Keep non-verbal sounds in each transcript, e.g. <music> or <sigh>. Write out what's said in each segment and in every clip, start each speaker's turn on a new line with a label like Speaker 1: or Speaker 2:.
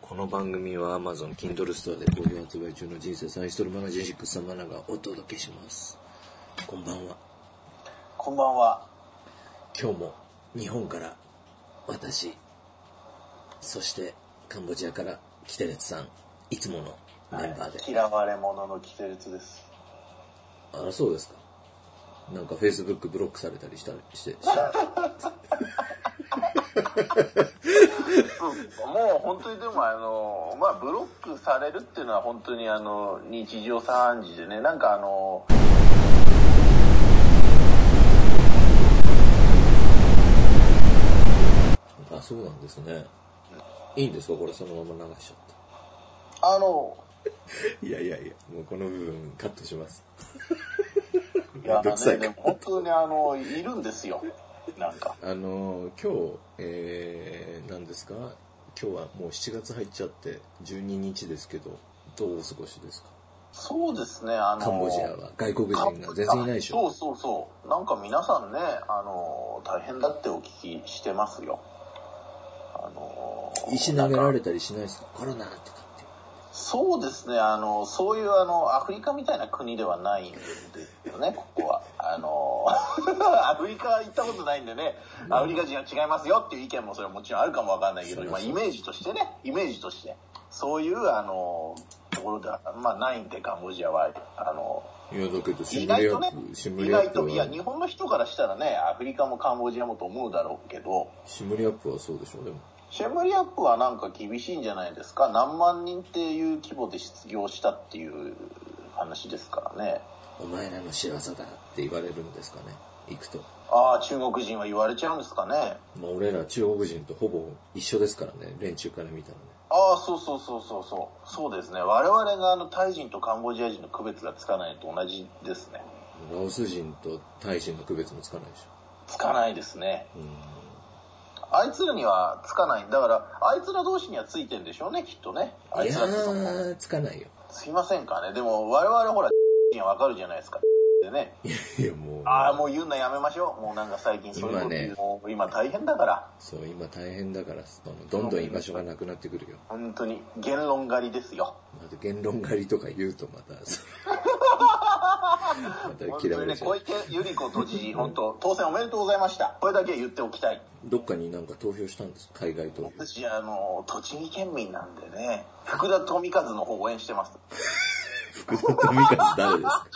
Speaker 1: この番組は Amazon Kindle ストアで好評発売中の人生サイストールマガジン6様がお届けします。こんばんは。
Speaker 2: こんばんは。
Speaker 1: 今日も日本から私、そしてカンボジアからキテレツさん、いつものメンバーで。
Speaker 2: 嫌われ者のキテレツです。
Speaker 1: あら、そうですか。なんか Facebook ブロックされたりしたりして。
Speaker 3: もう本当にでもあの、まあブロックされるっていうのは本当にあの、日常茶飯事でね、なんかあの、
Speaker 1: あ、そうなんですね。いいんですかこれそのまま流しちゃって。
Speaker 2: あの、
Speaker 1: いやいやいや、もうこの部分カットします。
Speaker 3: いや
Speaker 1: めんどくさい
Speaker 3: ね、でも本当にあの、いるんですよ。なんか。
Speaker 1: あのー今日、えー、何ですか今日はもう7月入っちゃって12日ですけど、どうお過ごしですか
Speaker 3: そうですね、あの、
Speaker 1: カンボジアは外国人
Speaker 3: カン
Speaker 1: が全然いないでし
Speaker 3: そう
Speaker 1: ょ
Speaker 3: そうそう。なんか皆さんね、あの、大変だってお聞きしてますよ。あの、
Speaker 1: 石投げられたりしないですかコロナとかって。
Speaker 3: そうですね、あの、そういうあの、アフリカみたいな国ではないんですよ
Speaker 1: <laughs>
Speaker 3: ね、ここは。あの、 <laughs> アフリカ行ったことないんでね、アフリカ人は違いますよっていう意見もそれはもちろんあるかもわかんないけど、
Speaker 1: そう
Speaker 3: ま
Speaker 1: そう
Speaker 3: あイメージとしてね、イメージとして、そういうあの、ところでは、まあないんで、カンボジアは、あの、
Speaker 1: いや、だけど、シ
Speaker 3: 意
Speaker 1: ム
Speaker 3: 外
Speaker 1: レア
Speaker 3: とね
Speaker 1: ップ、シ、ム
Speaker 3: 意
Speaker 1: レア
Speaker 3: 外
Speaker 1: ップ
Speaker 3: と、いや、
Speaker 1: は、
Speaker 3: 日本の人からしたらね、アフリカもカンボジアもと思うだろうけど、
Speaker 1: シムレアップはそうでしょでも。
Speaker 3: シェムリアップはなんか厳しいんじゃないですか何万人っていう規模で失業したっていう話ですからね。
Speaker 1: お前らの仕業だって言われるんですかね行くと。
Speaker 3: ああ、中国人は言われちゃうんですかね。
Speaker 1: まあ、俺ら中国人とほぼ一緒ですからね、連中から見たらね。
Speaker 3: ああ、そうそうそうそうそう。そうですね。我々があの、タイ人とカンボジア人の区別がつかないのと同じですね。
Speaker 1: ラオス人とタイ人の区別もつかないでし
Speaker 3: つかないですね。
Speaker 1: ょ。うん
Speaker 3: あいつらにはつかない。だから、あいつら同士にはついてんでしょうね、きっとね。あ
Speaker 1: い
Speaker 3: いつ
Speaker 1: や
Speaker 3: らってその
Speaker 1: ー、つかないよ。
Speaker 3: すいませんかね。でも、我々ほら、 <laughs> にはわかるじゃないですか。でね。
Speaker 1: いや、もう。
Speaker 3: ああ、もう言うのやめましょう。もうなんか最近そういうこと言う
Speaker 1: 今ね
Speaker 3: もう今大変だから。
Speaker 1: そう、今大変だから、そのどんどん居場所がなくなってくるよ。
Speaker 3: 本当に言論狩りですよ。
Speaker 1: また言論狩りとか言うとまた、それま
Speaker 3: <laughs> 本
Speaker 1: た
Speaker 3: 当
Speaker 1: 嫌わ
Speaker 3: に
Speaker 1: れ
Speaker 3: ね、
Speaker 1: ちゃう
Speaker 3: 小。池百合子都
Speaker 1: <laughs>
Speaker 3: 知事、本当、当選おめでとうございました。これだけは言っておきたい。
Speaker 1: どっかになんか投票したんですか海外投票。
Speaker 3: 私、あの、栃木県民なんでね、福田富和の方応援してます。 <laughs>
Speaker 1: 福田富和誰ですか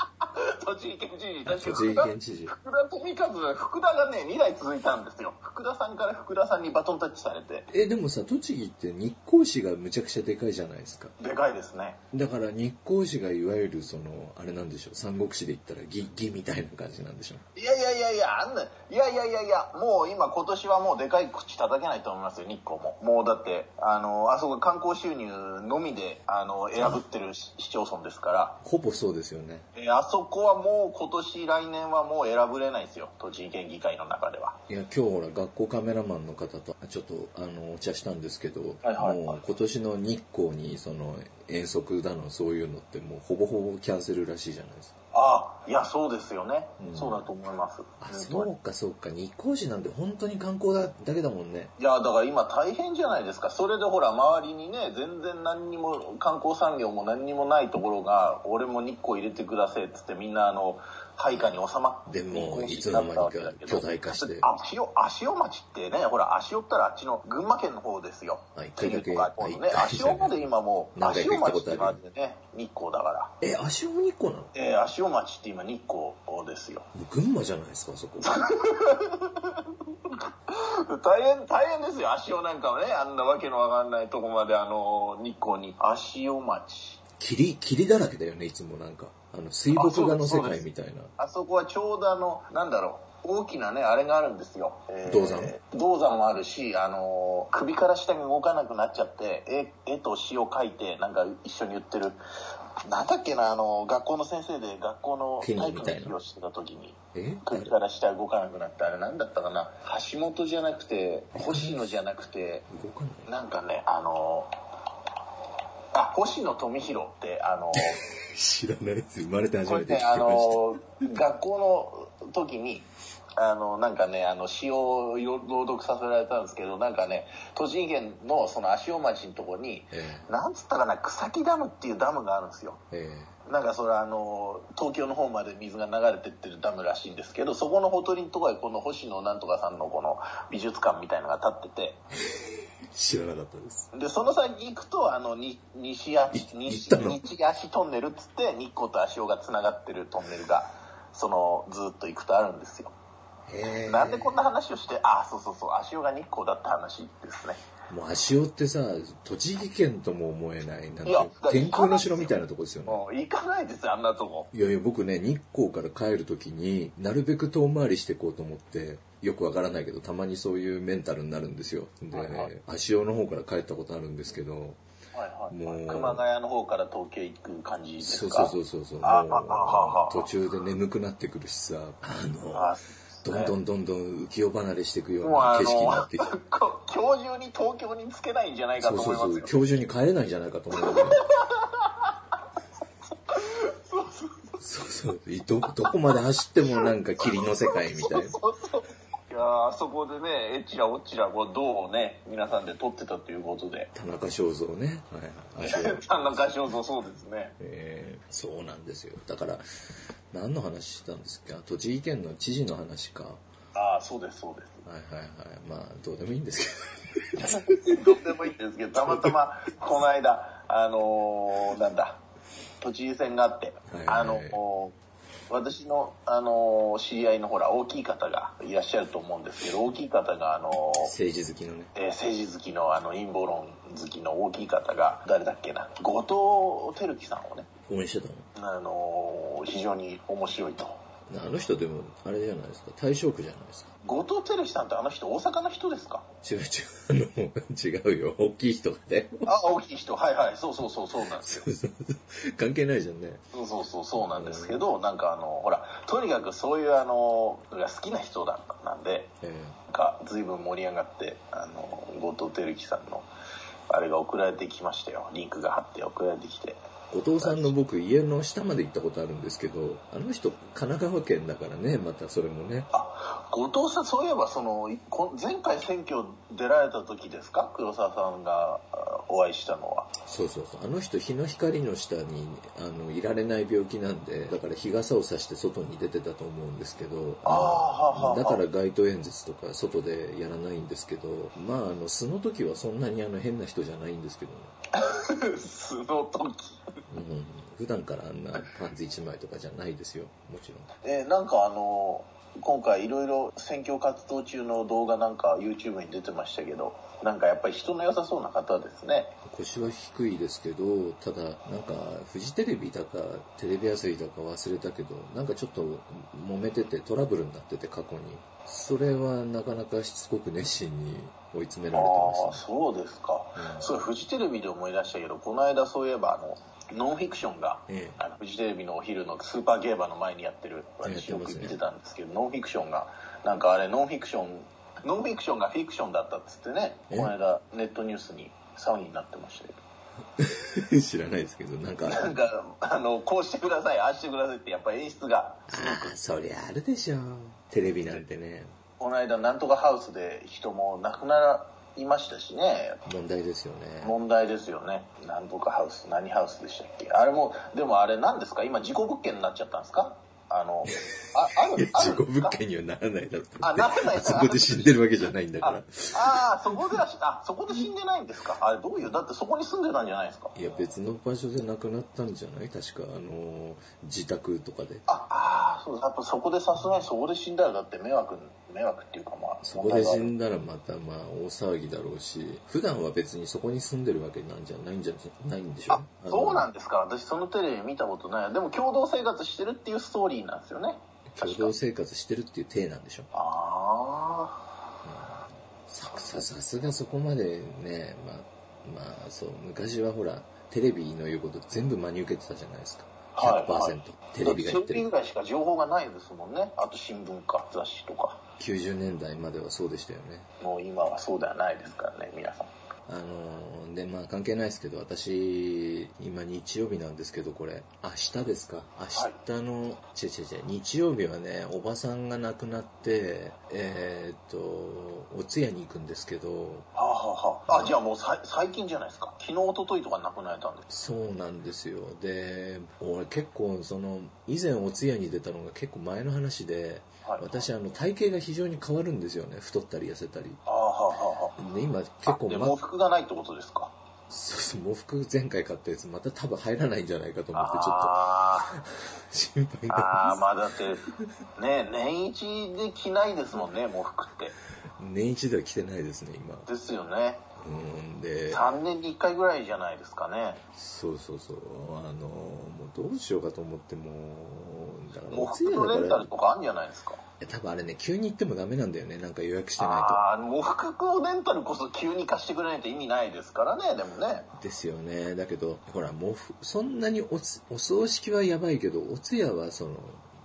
Speaker 3: 栃木県知事、確か
Speaker 1: 栃木県知事
Speaker 3: 福田富和、福田がね、2代続いたんですよ。福田さんから福田さんにバトンタッチされて、
Speaker 1: え、でもさ、栃木って日光市がむちゃくちゃでかいじゃないですか。
Speaker 3: でかいですね。
Speaker 1: だから日光市がいわゆるその、あれなんでしょう、三国志で言ったら義、義みたいな感じなんでしょう。
Speaker 3: いやいやいやいや、あんな、いやいやいやいや、もう今今年はもうでかい口叩けないと思いますよ、日光も。もうだって、あの、あそこ観光収入のみで、あの、選ぶってる市市町村ですから、
Speaker 1: ほぼそうですよね。
Speaker 3: えあそこはもう今年来年はもう選ぶれないですよ、栃木県議会の中では。
Speaker 1: いや、今日ほら、学校カメラマンの方と、ちょっと、あの、お茶したんですけど、
Speaker 3: はいはい
Speaker 1: もう、今年の日光に、その、遠足だの、そういうのって、もう、ほぼほぼキャンセルらしいじゃないですか。
Speaker 3: ああ、いや、そうですよね。
Speaker 1: うん
Speaker 3: そうだと思います。
Speaker 1: あ、
Speaker 3: 本
Speaker 1: そ
Speaker 3: 当に
Speaker 1: うか、そうか。日光市なんて、本当に観光だ、だけだもんね。
Speaker 3: いや、だから今大変じゃないですか。それでほら、周りにね、全然何にも、観光産業も何にもないところが、俺も日光入れてくださいっつってみんなあの、配下に収まって。
Speaker 1: でも
Speaker 3: 日光
Speaker 1: いつの間にか
Speaker 3: になったわけだけど
Speaker 1: 巨大化して
Speaker 3: 足尾、足尾町ってね、ほら、足尾ったらあっちの群馬県の方ですよ。
Speaker 1: あ一回だけ
Speaker 3: 桐生とかこういうのね、
Speaker 1: あ一回
Speaker 3: 足尾まで今もう、
Speaker 1: 何回
Speaker 3: 足
Speaker 1: か
Speaker 3: 尾
Speaker 1: 行ったこ
Speaker 3: 町っ
Speaker 1: とあ
Speaker 3: て
Speaker 1: る
Speaker 3: 感じでね、日光だから。
Speaker 1: え、足尾日光なの
Speaker 3: えー、足尾町って今日光ですよ。
Speaker 1: 群馬じゃないですか、あ
Speaker 3: <laughs>
Speaker 1: そこ。
Speaker 3: 大変、大変ですよ。足尾なんかはね、あんなわけのわかんないとこまで、あの、日光に。足尾町。
Speaker 1: 霧、霧だらけだよね、いつもなんか。あの、水墨画の世界みたいな。
Speaker 3: あそこはちょうどあの、なんだろう、大きなね、あれがあるんですよ。えー
Speaker 1: 銅山
Speaker 3: 銅山もあるし、あの、首から下に動かなくなっちゃって、絵絵と詩を書いて、なんか一緒に言ってる。なんだっけな、あの、学校の先生で学校の
Speaker 1: ケニー
Speaker 3: 体
Speaker 1: み
Speaker 3: 育
Speaker 1: たいな
Speaker 3: の授業してた時に。
Speaker 1: え
Speaker 3: 首から下動かなくなって、あれなんだったかな橋本じゃなくて、星野じゃなくて、
Speaker 1: 動かない
Speaker 3: なんかね、あのあ、星野富弘って、あの
Speaker 1: <laughs> 知らないです。生まれて初
Speaker 3: こ
Speaker 1: め
Speaker 3: れ
Speaker 1: て聞き
Speaker 3: ね、
Speaker 1: ま
Speaker 3: あ
Speaker 1: した。
Speaker 3: の学校の時に、あの、なんかね、あの、詩を朗読させられたんですけど、なんかね、栃木県のその足尾町のとこに、
Speaker 1: え
Speaker 3: なんつったかな、草木ダムっていうダムがあるんですよ。
Speaker 1: ええ
Speaker 3: なんかそれあの、東京の方まで水が流れてってるダムらしいんですけど、そこのほとりのところにこの星野なんとかさんのこの美術館みたいのが立って
Speaker 1: え知らなかったです。
Speaker 3: て、で、その先行くと、あの、に西足、
Speaker 1: い
Speaker 3: 西、
Speaker 1: 行ったの
Speaker 3: 西足トンネルっつって、日光と足尾が繋がってるトンネルが、その、ずっと行くとあるんですよ。
Speaker 1: ええ
Speaker 3: なんでこんな話をして、あ、そうそうそう、足尾が日光だって話ですね。
Speaker 1: もう足尾ってさ、栃木県とも思えない、なん
Speaker 3: いや
Speaker 1: か天空の城みたいなとこですよね。
Speaker 3: もう行かないですよ、あんなとこ。
Speaker 1: いやいや、僕ね、日光から帰るときに、なるべく遠回りしていこうと思って、よくわからないけど、たまにそういうメンタルになるんですよ。で、
Speaker 3: はいはい
Speaker 1: 足尾の方から帰ったことあるんですけど、
Speaker 3: はい
Speaker 1: も
Speaker 3: は
Speaker 1: う
Speaker 3: い。熊谷の方から東京行く感じです
Speaker 1: そう
Speaker 3: か
Speaker 1: そうそうそうそう、
Speaker 3: あ
Speaker 1: も
Speaker 3: ああああ
Speaker 1: う途中で眠くなってくるしさ、あの、
Speaker 3: あそう
Speaker 1: ど
Speaker 3: ですね
Speaker 1: んどんどんどん浮世離れしていくよう
Speaker 3: もう
Speaker 1: な
Speaker 3: あ
Speaker 1: 景色にな
Speaker 3: の、
Speaker 1: ってきて、
Speaker 3: <laughs> こ今日中に東京につけないんじゃないか
Speaker 1: そ
Speaker 3: と
Speaker 1: う
Speaker 3: 思
Speaker 1: そ
Speaker 3: いうま
Speaker 1: そう、
Speaker 3: すよ。
Speaker 1: 今日中に帰れないんじゃないかと思うんだよね。そうそう。いど、どこまで走ってもなんか霧の世界みたいな。
Speaker 3: そうそういやーあそこでね、えちらおちら、こう、銅をね、皆さんで撮ってたということで。
Speaker 1: 田中正造ね。はいはい。足を
Speaker 3: 田中正造、そうですね。
Speaker 1: えーそうなんですよ。だから、何の話したんですか栃木県の知事の話か。は
Speaker 3: ああ、そうです、そうです。
Speaker 1: いはいはい。まあ、どうでもいいんですけど。
Speaker 3: どうでもいいんですけど、たまたま、この間、あのー、なんだ、都知事選があって、
Speaker 1: はい
Speaker 3: あのー、私の、あのー、知り合いのほら、大きい方がいらっしゃると思うんですけど、大きい方が、あのー、
Speaker 1: 政治好きのね。
Speaker 3: えー政治好きの、あの、陰謀論好きの大きい方が、誰だっけな、後藤輝樹さんをね、
Speaker 1: 応援してたの
Speaker 3: あのー、非常に面白いと。
Speaker 1: あの人でも、あれじゃないですか。大正区じゃないですか。
Speaker 3: 後藤輝樹さんってあの人、大阪の人ですか
Speaker 1: 違う違う。あの、違うよ。大きい人がね。
Speaker 3: あ、大きい人、はいはい、そうそうそう、そうなんですよ。
Speaker 1: そうそうそう <laughs> 関係ないじゃんね。
Speaker 3: そうそうそうそうなんですけど、なんかあのほらとにかくそういうあのが好きな人だったんで
Speaker 1: え
Speaker 3: なんか随分盛り上がってあの後藤輝樹さんのあれが送られてきましたよリンクが貼って送られてきて
Speaker 1: ー後藤さんの僕、家の下まで行ったことあるんですけど、あの人、神奈川県だからね、またそれもね。
Speaker 3: あ後藤さんそういえばそのいこ前回選挙出られた時ですか黒沢さんがあお会いしたのは <laughs>
Speaker 1: そうそうそう。あの人、日の光の下に、あの、いられない病気なんで、だから日傘を差して外に出てたと思うんですけど、
Speaker 3: あーはあはあはあ
Speaker 1: だから街頭演説とか外でやらないんですけど、まあ、あの、素の時はそんなにあの、変な人じゃないんですけどね。
Speaker 3: その時
Speaker 1: うん。普段からあんなパンツ一枚とかじゃないですよ。もちろん。
Speaker 3: えーなんかあの今回いろいろ選挙活動中の動画なんか YouTube に出てましたけどなんかやっぱり人の良さそうな方ですね
Speaker 1: 腰は低いですけど、ただ、なんか、フジテレビだか、テレビ朝日だか忘れたけど、なんかちょっと揉めててトラブルになってて過去に。それはなかなかしつこく熱心に追い詰め
Speaker 3: あ
Speaker 1: られて
Speaker 3: あ
Speaker 1: まし
Speaker 3: そうですか
Speaker 1: た、ね。
Speaker 3: それフジテレビで思い出したけどこの間そういえばあのノンフィクションが
Speaker 1: え
Speaker 3: あのフジテレビのお昼のスーパーゲーバーの前にやってる私
Speaker 1: やっ
Speaker 3: よ
Speaker 1: てま
Speaker 3: く
Speaker 1: すね
Speaker 3: 見てたんですけどノンフィクションがなんかあれノンフィクションノンフィクションがフィクションだったっつってね
Speaker 1: え
Speaker 3: この間ネットニュースに騒ぎになってましたけど
Speaker 1: え <laughs> 知らないですけど、なんか、
Speaker 3: な
Speaker 1: あ
Speaker 3: んかあのこうしてくださいああしてくださいってやっぱ演出が
Speaker 1: あ、そりゃあるでしょ。テレビなんてね、
Speaker 3: この間なんとかハウスで人も亡くなりましたしね
Speaker 1: 問題ですよね。
Speaker 3: <laughs> 問題ですよねなんとかハウス何ハウスでしたっけあれもでもあれ何ですか今事故物件になっちゃったんですかあのああ
Speaker 1: いや
Speaker 3: る、ある
Speaker 1: <laughs> 事故
Speaker 3: んです
Speaker 1: 物
Speaker 3: か
Speaker 1: 件にはならないだろうって。
Speaker 3: あならない
Speaker 1: あそこで死んでるわけじゃないんだか
Speaker 3: あ
Speaker 1: ら。
Speaker 3: あーそこではあそこで死んでないんですかあれどういうだってそこに住んでたんじゃないですか
Speaker 1: いや、別の場所で亡くなったんじゃない確か、あの、自宅とかで。
Speaker 3: ああーそうだやっぱそこでさすがにそこで死んだらだって迷惑迷惑っていうかまあ
Speaker 1: そこで死んだらまたまあ大騒ぎだろうし、普段は別にそこに住んでるわけなんじゃないんじゃないんでしょ
Speaker 3: あそうなん
Speaker 1: ん
Speaker 3: ですか私そのテレビ見たことないでも共同生活してるっていうストーリーなんですよね
Speaker 1: 共同生活してるっていう体なんでしょ
Speaker 3: あ
Speaker 1: さささすがそこまでね、まあ、まあそう、昔はほら、テレビの言うこと全部真に受けてたじゃないですか。100%、
Speaker 3: はいはい
Speaker 1: テレビが言って
Speaker 3: テレビ
Speaker 1: る
Speaker 3: ぐ。らいしか情報がないですもんねあと新聞か雑誌とか
Speaker 1: 90年代まではそうでしたよね。
Speaker 3: もう今はそうではないですからね皆さん
Speaker 1: あの、で、まあ関係ないですけど、私、今日曜日なんですけど、これ、明日ですか明日の、違う違う違う、日曜日はね、おばさんが亡くなって、えーっと、お通夜に行くんですけど、
Speaker 3: はあ、はあはあ、あじゃあもうさい最近じゃないですか昨日一昨日とか亡くなれたんです
Speaker 1: そうなんですよ。で、俺結構、その、以前お通夜に出たのが結構前の話で、
Speaker 3: はい
Speaker 1: 私、あの、体型が非常に変わるんですよね。太ったり痩せたり。
Speaker 3: あはあはあはあ
Speaker 1: で、今結構、
Speaker 3: で
Speaker 1: ま、
Speaker 3: 喪服がないってことですか
Speaker 1: そうそう、喪服前回買ったやつ、また多分入らないんじゃないかと思って、ちょっと
Speaker 3: あ
Speaker 1: 心配
Speaker 3: ー
Speaker 1: なん
Speaker 3: あ
Speaker 1: で
Speaker 3: ー
Speaker 1: す。
Speaker 3: まあだってね年一で着ないですもんね喪服って
Speaker 1: 年一では来てないですね、今。
Speaker 3: ですよね
Speaker 1: うん、で、
Speaker 3: 3年に1回ぐらいじゃないですかね
Speaker 1: そうそうそう、あの、もうどうしようかと思って、もう、だから、
Speaker 3: 喪
Speaker 1: お
Speaker 3: 服
Speaker 1: 通夜
Speaker 3: のレ
Speaker 1: だ
Speaker 3: ン
Speaker 1: か
Speaker 3: タ
Speaker 1: ら
Speaker 3: ル、とかあるんじゃないですか
Speaker 1: いや多分あれね、急に行ってもダメなんだよね、なんか予約してないと。
Speaker 3: ああ喪服のレンタルこそ急に貸してくれないと意味ないですからねでもね
Speaker 1: ですよね。だけど、ほら、もうふ、そんなにおつ、お葬式はやばいけど、お通夜はその、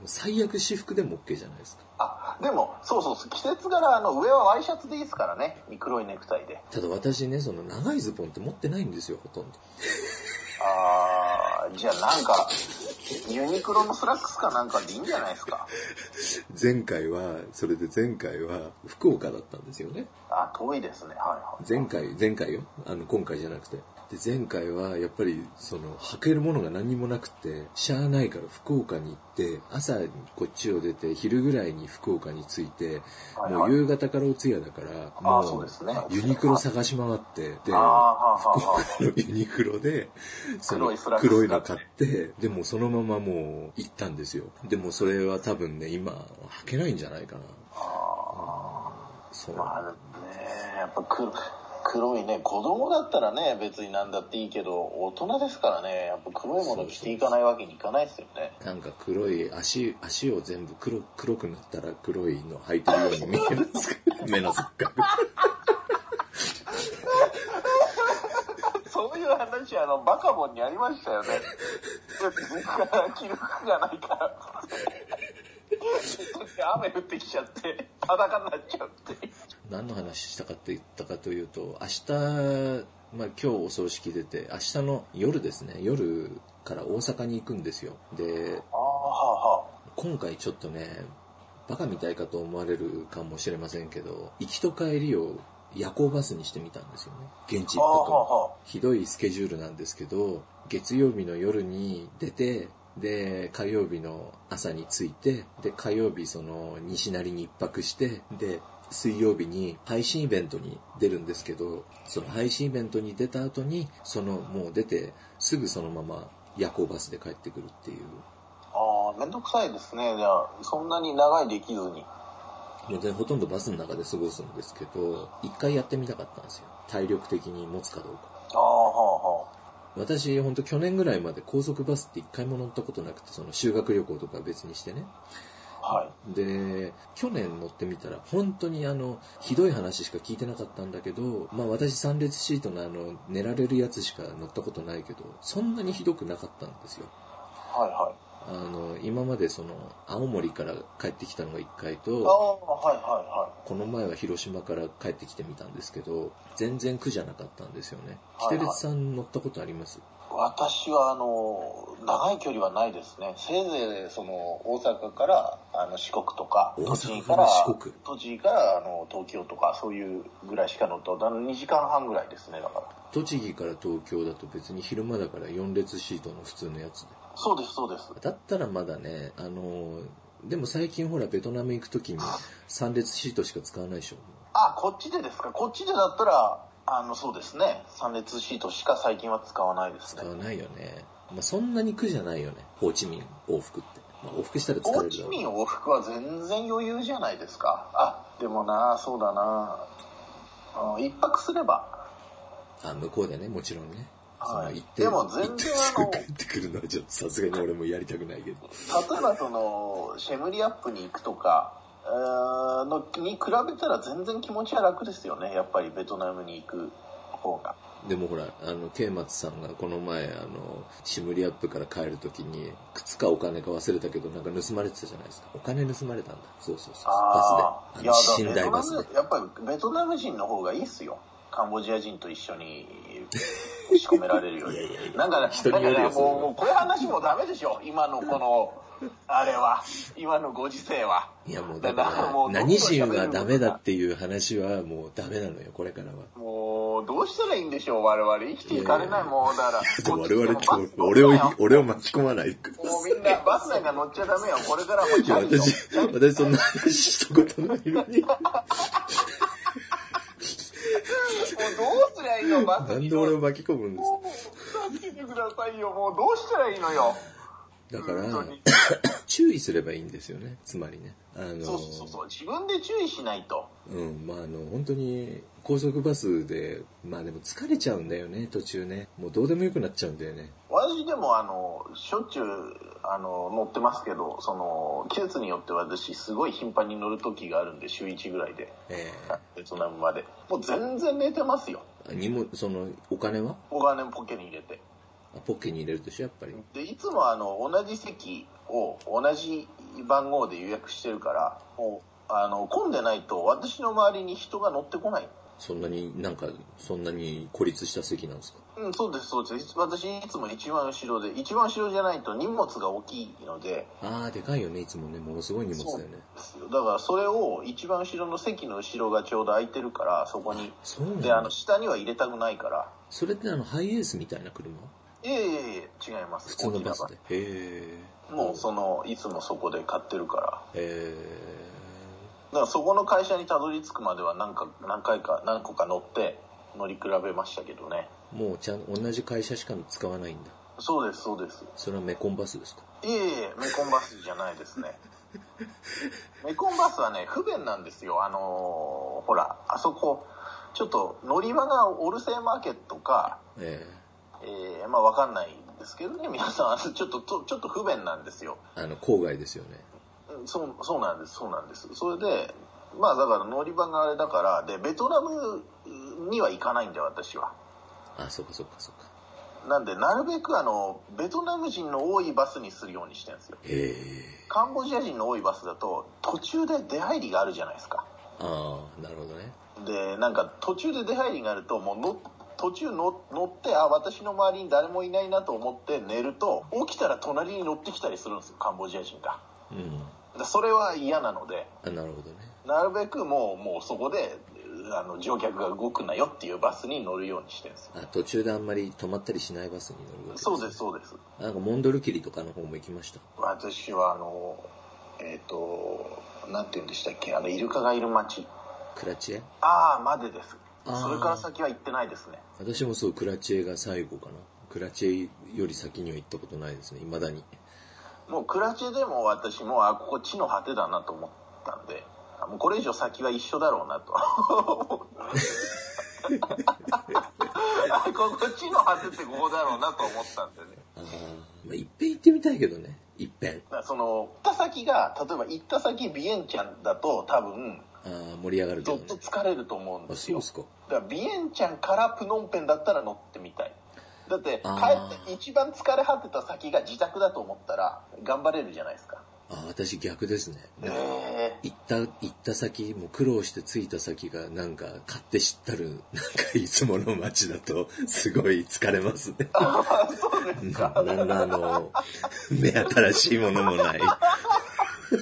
Speaker 1: 最悪私服でも OK じゃないですか。
Speaker 3: あでもそうそうそう季節柄あの上はワイシャツでいいですからね黒いネクタイで
Speaker 1: ただ私ね、その長いズボンって持ってないんですよ、ほとんど。
Speaker 3: ああじゃあなんかユニクロのスラックスかなんかでいいんじゃないですか
Speaker 1: 前回は、それで前回は、福岡だったんですよね。
Speaker 3: あ遠いですねはいはい
Speaker 1: 前回、前回よ。あの、今回じゃなくて。で、前回は、やっぱり、その、履けるものが何にもなくて、しゃあないから福岡に行って、朝、こっちを出て、昼ぐらいに福岡に着いて、
Speaker 3: はいはい
Speaker 1: もう夕方からお通夜だから、
Speaker 3: あー
Speaker 1: も
Speaker 3: そうですね
Speaker 1: ユニクロ探し回って、で、
Speaker 3: あーはーはーはー
Speaker 1: 福岡の <laughs> ユニクロで、その
Speaker 3: 黒いスラックス
Speaker 1: 黒いの買って、でもそのままもう行ったんですよ。でもそれは多分ね、今、履けないんじゃないかな。そう。
Speaker 3: まあねやっぱ黒黒いね子供だったらね別になんだっていいけど大人ですからねやっぱ黒いもの着ていかないわけにいかないですよね
Speaker 1: なんか黒い足、足を全部黒、黒くなったら黒いの履いてるように見えるんですけど、 <laughs> 目の錯覚。
Speaker 3: そういう話あのバカボンにありましたよね別から着る服がないから雨降ってきちゃって裸になっちゃうっていう
Speaker 1: 何の話したかって言ったかというと、明日、まあ今日お葬式出て、明日の夜ですね、夜から大阪に行くんですよ。で、
Speaker 3: ああは
Speaker 1: 今回ちょっとね、バカみたいかと思われるかもしれませんけど、行きと帰りを夜行バスにしてみたんですよね。現地
Speaker 3: あは
Speaker 1: 行
Speaker 3: あ
Speaker 1: く
Speaker 3: は
Speaker 1: と。
Speaker 3: あはあ
Speaker 1: ひどいスケジュールなんですけど、月曜日の夜に出て、で、火曜日の朝に着いて、で、火曜日その西成に一泊して、で、水曜日に配信イベントに出るんですけど、その配信イベントに出た後に、そのもう出て、すぐそのまま夜行バスで帰ってくるっていう。
Speaker 3: ああ、めんどくさいですね。じゃあ、そんなに長いできずに。
Speaker 1: もうでほとんどバスの中で過ごすんですけど、一回やってみたかったんですよ。体力的に持つかどうか。
Speaker 3: ああ、は
Speaker 1: 私、ほんと去年ぐらいまで高速バスって一回も乗ったことなくて、その修学旅行とかは別にしてね。
Speaker 3: あ、はあ。はい。
Speaker 1: で、去年乗ってみたら、本当にあの、ひどい話しか聞いてなかったんだけど、まあ私三列シートのあの、寝られるやつしか乗ったことないけど、そんなにひどくなかったんですよ。
Speaker 3: はい、はい。
Speaker 1: あの、今までその、青森から帰ってきたのが一回
Speaker 3: あ
Speaker 1: と、
Speaker 3: あ、はい、は
Speaker 1: この前は広島から帰ってきてみたんですけど、全然苦じゃなかったんですよね。キテレツさん乗ったことあります
Speaker 3: い、はい。私は、あの、長い距離はないですね。せいぜい、その、大阪から、あの、四国とか、
Speaker 1: 大
Speaker 3: 栃
Speaker 1: 阪
Speaker 3: 木
Speaker 1: か
Speaker 3: からら、
Speaker 1: 四国。
Speaker 3: 栃木から、あの、東京とか、そういうぐらいしか乗ったことあの、2時間半ぐらいですね、だから。
Speaker 1: 栃木から東京だと別に昼間だから4列シートの普通のやつで。
Speaker 3: そうです、そうです。
Speaker 1: だったらまだね、あのー、でも最近ほらベトナム行くときに3列シートしか使わないでしょ。
Speaker 3: あ、こっちでですか。こっちでだったら、あの、そうですね。3列シートしか最近は使わないです
Speaker 1: 使
Speaker 3: ね。
Speaker 1: わないよね。まあ、そんなに苦じゃないよね。ホーチミン往復って。まあ、往復したら疲
Speaker 3: ホ
Speaker 1: れ
Speaker 3: ー
Speaker 1: る
Speaker 3: チ
Speaker 1: だろう
Speaker 3: ミ
Speaker 1: ね
Speaker 3: ン。往復は全然余裕じゃないですかあでもなそうだなあ一泊すれば
Speaker 1: あ、向こうでね、もちろんね。その
Speaker 3: はい
Speaker 1: 行って、
Speaker 3: でも全然
Speaker 1: 行ってすぐ帰ってくるのはちょっとさすがに俺もやりたくないけど。
Speaker 3: 例えばそのシェムリアップに行くとかえーのに比べたら全然気持ちは楽ですよねやっぱりベトナムに行く方が
Speaker 1: でもほら、あの、ケイマツさんがこの前、あの、シムリアップから帰るときに、靴かお金か忘れたけど、なんか盗まれてたじゃないですか。お金盗まれたんだ。そうそうそう。バスで。あ
Speaker 3: い
Speaker 1: の、寝台
Speaker 3: やだから
Speaker 1: バスで
Speaker 3: ベトナムやっぱりベトナム人の方がいいっすよカンボジア人と一緒に押し込められ
Speaker 1: <laughs>
Speaker 3: るようになんかね
Speaker 1: 人によるよ
Speaker 3: なんかね
Speaker 1: それは
Speaker 3: もうもうこういう話もダメでしょ今のこのあれは今のご時世はい
Speaker 1: やもうだから、何人はダメだっていう話はもうダメなのよ、これからは。
Speaker 3: もうどうしたらいいんでしょう我々生きていかれないもんだから
Speaker 1: でも我々
Speaker 3: こっち来ても
Speaker 1: 俺を
Speaker 3: バスだよ、
Speaker 1: 俺を巻き込まないでください。
Speaker 3: もうみんなバスなんか乗っちゃダメよこれからはもう
Speaker 1: い
Speaker 3: チ
Speaker 1: や、
Speaker 3: ャリよ
Speaker 1: 私、私そんな話したことないのに。
Speaker 3: もうどうすりゃいいのバス
Speaker 1: なん
Speaker 3: に
Speaker 1: で俺を巻き込むんです
Speaker 3: 助けてくださいよもうどうしたらいいのよ
Speaker 1: かだから
Speaker 3: 本当に、
Speaker 1: 注意すればいいんですよね。つまりね。あの、
Speaker 3: そうそうそう自分で注意しないと
Speaker 1: うん、まああの、本当に、高速バスで、まあでも疲れちゃうんだよね、途中ね。もうどうでもよくなっちゃうんだよね。
Speaker 3: 私でもあのしょっちゅうあの乗ってますけどその季節によって私すごい頻繁に乗る時があるんで週1ぐらいで
Speaker 1: え
Speaker 3: ベトナムまでもう全然寝てますよ
Speaker 1: えにも、その、お金は
Speaker 3: お金ポケに入れて
Speaker 1: あポッケに入れるでしょ、やっぱり。
Speaker 3: でいつもあの同じ席を同じ番号で予約してるからもうあの混んでないと私の周りに人が乗ってこない
Speaker 1: そんなになんか、そんなに孤立した席なんですか
Speaker 3: うん、そうです、そうです。私、いつも一番後ろで、一番後ろじゃないと荷物が大きいので、
Speaker 1: あー、でかいよね、いつもね。ものすごい荷物だよね。
Speaker 3: だからそれを一番後ろの席の後ろがちょうど空いてるから、そこに。
Speaker 1: そうなん
Speaker 3: で、あ
Speaker 1: だ
Speaker 3: の、。下には入れたくないから。
Speaker 1: それってあの、ハイエースみたいな車
Speaker 3: いえいえいえ、違います。
Speaker 1: 普通のバス
Speaker 3: 大き
Speaker 1: でへ
Speaker 3: な。
Speaker 1: え。
Speaker 3: バスもう、その、いつもそこで買ってるから。
Speaker 1: え
Speaker 3: だからそこの会社にたどり着くまでは、なんか、何回か、何個か乗って、乗り比べましたけどね。
Speaker 1: ー、もうちゃん、同じ会社しか使わないんだ。
Speaker 3: そうです、そうです。
Speaker 1: それはメコンバスですか
Speaker 3: いえいえ、メコンバスじゃないですね。メコンバスはね、不便なんですよ。あのーほら、あそこ、ちょっと乗り場がオルセイマーケットか、
Speaker 1: え
Speaker 3: えーまあわかんないんですけどね、皆さん、あのちょっと、とちょっと不便なんですよ。
Speaker 1: えあの、郊外ですよね。
Speaker 3: うんそう、そうなんです、そうなんです。それで、まあだから乗り場があれだから、で、ベトナムには行かないんで、私は。
Speaker 1: あ、そっかそっかそっか。
Speaker 3: なんで、なるべくあの、ベトナム人の多いバスにするようにしてるんですよ。
Speaker 1: へえ。
Speaker 3: カンボジア人の多いバスだと途中で出入りがあるじゃないですか
Speaker 1: ああ、なるほどね。
Speaker 3: でなんか途中で出入りがあるともうの途中の乗ってあ私の周りに誰もいないなと思って寝ると起きたら隣に乗ってきたりするんですよカンボジア人が
Speaker 1: うん。
Speaker 3: でそれは嫌なので
Speaker 1: あ、なるほどね。
Speaker 3: なるべくもうもうそこであの乗客が動くなよっていうバスに乗るようにしてるんですよ
Speaker 1: あ、途中であんまり止まったりしないバスに乗るわけ
Speaker 3: そうです。そうです
Speaker 1: なんか、モンドルキリとかの方も行きました。
Speaker 3: 私はあのえっ、となんて言うんでしたっけあのイルカがいる街
Speaker 1: クラチエ
Speaker 3: ああまでです
Speaker 1: あー
Speaker 3: それから先は行ってないですね
Speaker 1: 私もそう、クラチエが最後かな。クラチエより先には行ったことないですね、未だに。
Speaker 3: もうクラチェでも私もあここ地の果てだなと思ったんであもうこれ以上先は一緒だろうなとあここ地の果てってここだろうなと思ったんでね
Speaker 1: ああ、まあ、いっぺん行ってみたいけどね。いっぺん。
Speaker 3: だからその行った先が例えば行った先ビエンチャンだと多分
Speaker 1: ああ、盛り上がるけど
Speaker 3: どっ
Speaker 1: ね
Speaker 3: と。疲れると思うん
Speaker 1: あ、
Speaker 3: です
Speaker 1: そう
Speaker 3: よ
Speaker 1: ですか。
Speaker 3: だからビエンチャンからプノンペンだったら乗ってみたいだって帰
Speaker 1: あー
Speaker 3: って一番疲れ果てた先が自宅だと思ったら頑張れるじゃないですか
Speaker 1: あ、私逆ですね。
Speaker 3: え
Speaker 1: 行った、行った先、もう苦労して着いた先が、なんか、勝手知ったる、なんか、いつもの街だと、すごい疲れますね。
Speaker 3: えそうです
Speaker 1: ななんだあの、目新しいものもない。
Speaker 3: あー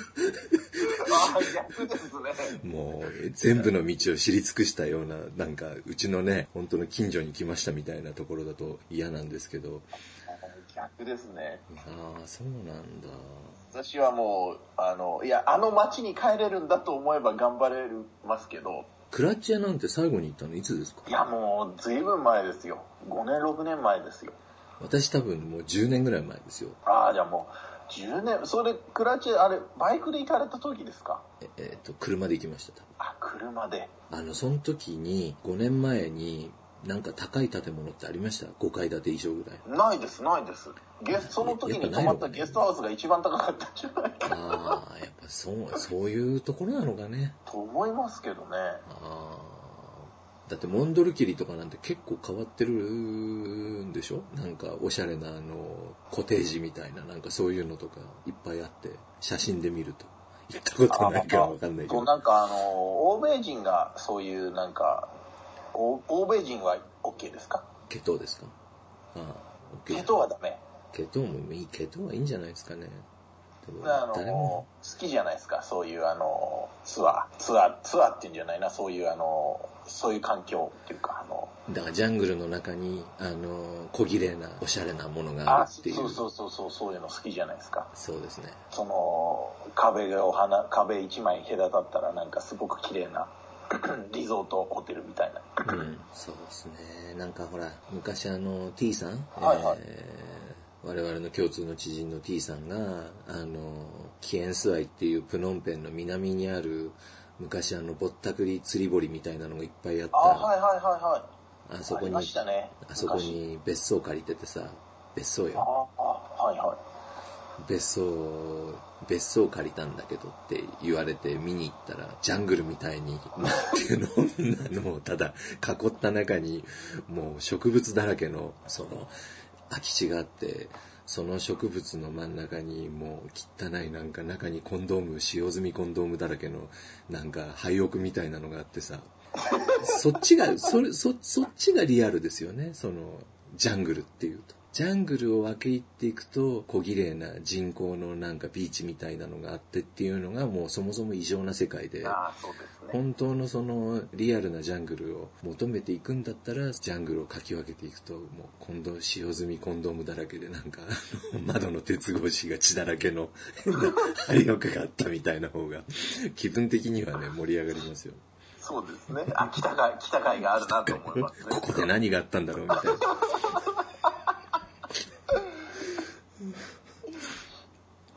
Speaker 3: 逆ですね
Speaker 1: もう、全部の道を知り尽くしたような、なんか、うちのね、本当の近所に来ましたみたいなところだと嫌なんですけど。
Speaker 3: 逆ですね
Speaker 1: ああ、そうなんだ。
Speaker 3: 私はもうあのいやあの町に帰れるんだと思えば頑張れますけど
Speaker 1: クラッチェなんて最後に行ったのいつですか
Speaker 3: いやもう随分前ですよ5年6年前ですよ
Speaker 1: 私多分もう10年ぐらい前ですよ。
Speaker 3: ああじゃあもう10年それクラチェあれバイクで行かれた時ですか
Speaker 1: ええっと、車で行きました、多分
Speaker 3: あ車で
Speaker 1: あの、その時に、5年前に、なんか高い建物ってありました ?5 階建て以上ぐらい。
Speaker 3: ないですないですゲスその時に泊まったゲストハウスが一番高かったんじゃない <laughs> か
Speaker 1: ああ、やっぱそう、そういうところなのかね。
Speaker 3: と思いますけどね
Speaker 1: <laughs> ああ。だってモンドルキリとかなんて結構変わってるんでしょなんかおしゃれなあの、コテージみたいな、なんかそういうのとかいっぱいあって、写真で見ると。行ったことないからわかんないけ
Speaker 3: そう
Speaker 1: ど。
Speaker 3: なんかあの欧米人がそういうなんかお欧米人は OK ですか
Speaker 1: 血糖ですかああ、
Speaker 3: 血糖はダメ。
Speaker 1: 血糖もいい、血糖はいいんじゃないですかね。でも
Speaker 3: あ
Speaker 1: 誰も
Speaker 3: の、好きじゃないですか、そういうあの、ツアー、ツアー、ツアーっていうんじゃないな、そういうあの、そういう環境っていうか、あの、
Speaker 1: だからジャングルの中に、あの、小綺麗な、おしゃれなものがあ
Speaker 3: あ、
Speaker 1: るっていう。
Speaker 3: そうそうそうそう、そういうの好きじゃないですか。
Speaker 1: そうですね。
Speaker 3: その、壁がお花、壁一枚隔たったらなんかすごく綺麗な <clears throat> リゾートホテルみたいな。
Speaker 1: うん、そうですね。なんかほら、昔あの、T さん、
Speaker 3: はいはい
Speaker 1: えー我々の共通の知人の T さんが、あの、キエンスアイっていうプノンペンの南にある、昔あの、ぼったくり釣り堀みたいなのがいっぱいあった、
Speaker 3: あ、はいはいはいはい。
Speaker 1: あそこ
Speaker 3: あり
Speaker 1: に、
Speaker 3: ましたね。
Speaker 1: あそこ
Speaker 3: 昔。
Speaker 1: に別荘借りててさ、別荘
Speaker 3: あ
Speaker 1: よ。
Speaker 3: あ、はいはい。
Speaker 1: 別荘、別荘借りたんだけどって言われて見に行ったら、ジャングルみたいに、なんていう <laughs> のもうただ囲った中に、もう植物だらけの、その、空き地があって、その植物の真ん中にもう汚いなんか中にコンドーム、使用済みコンドームだらけのなんか廃屋みたいなのがあってさ、そっちが、それ、そ、そっちがリアルですよね。その、ジャングルっていうと。ジャングルを分け入っていくと、小綺麗な人工のなんかビーチみたいなのがあってっていうのがもうそもそも異常な世界で、
Speaker 3: ああ、そうですね。
Speaker 1: 本当のそのリアルなジャングルを求めていくんだったら、ジャングルをかき分けていくと、もう今度使用済みコンドームだらけでなんか、あの窓の鉄格子が血だらけの変な廃屋があったみたいな方が、気分的にはね、盛り上がりますよ。
Speaker 3: そうですね。あ、北海、北海があるなと思いますね。
Speaker 1: こ <laughs> こで何があったんだろうみたいな。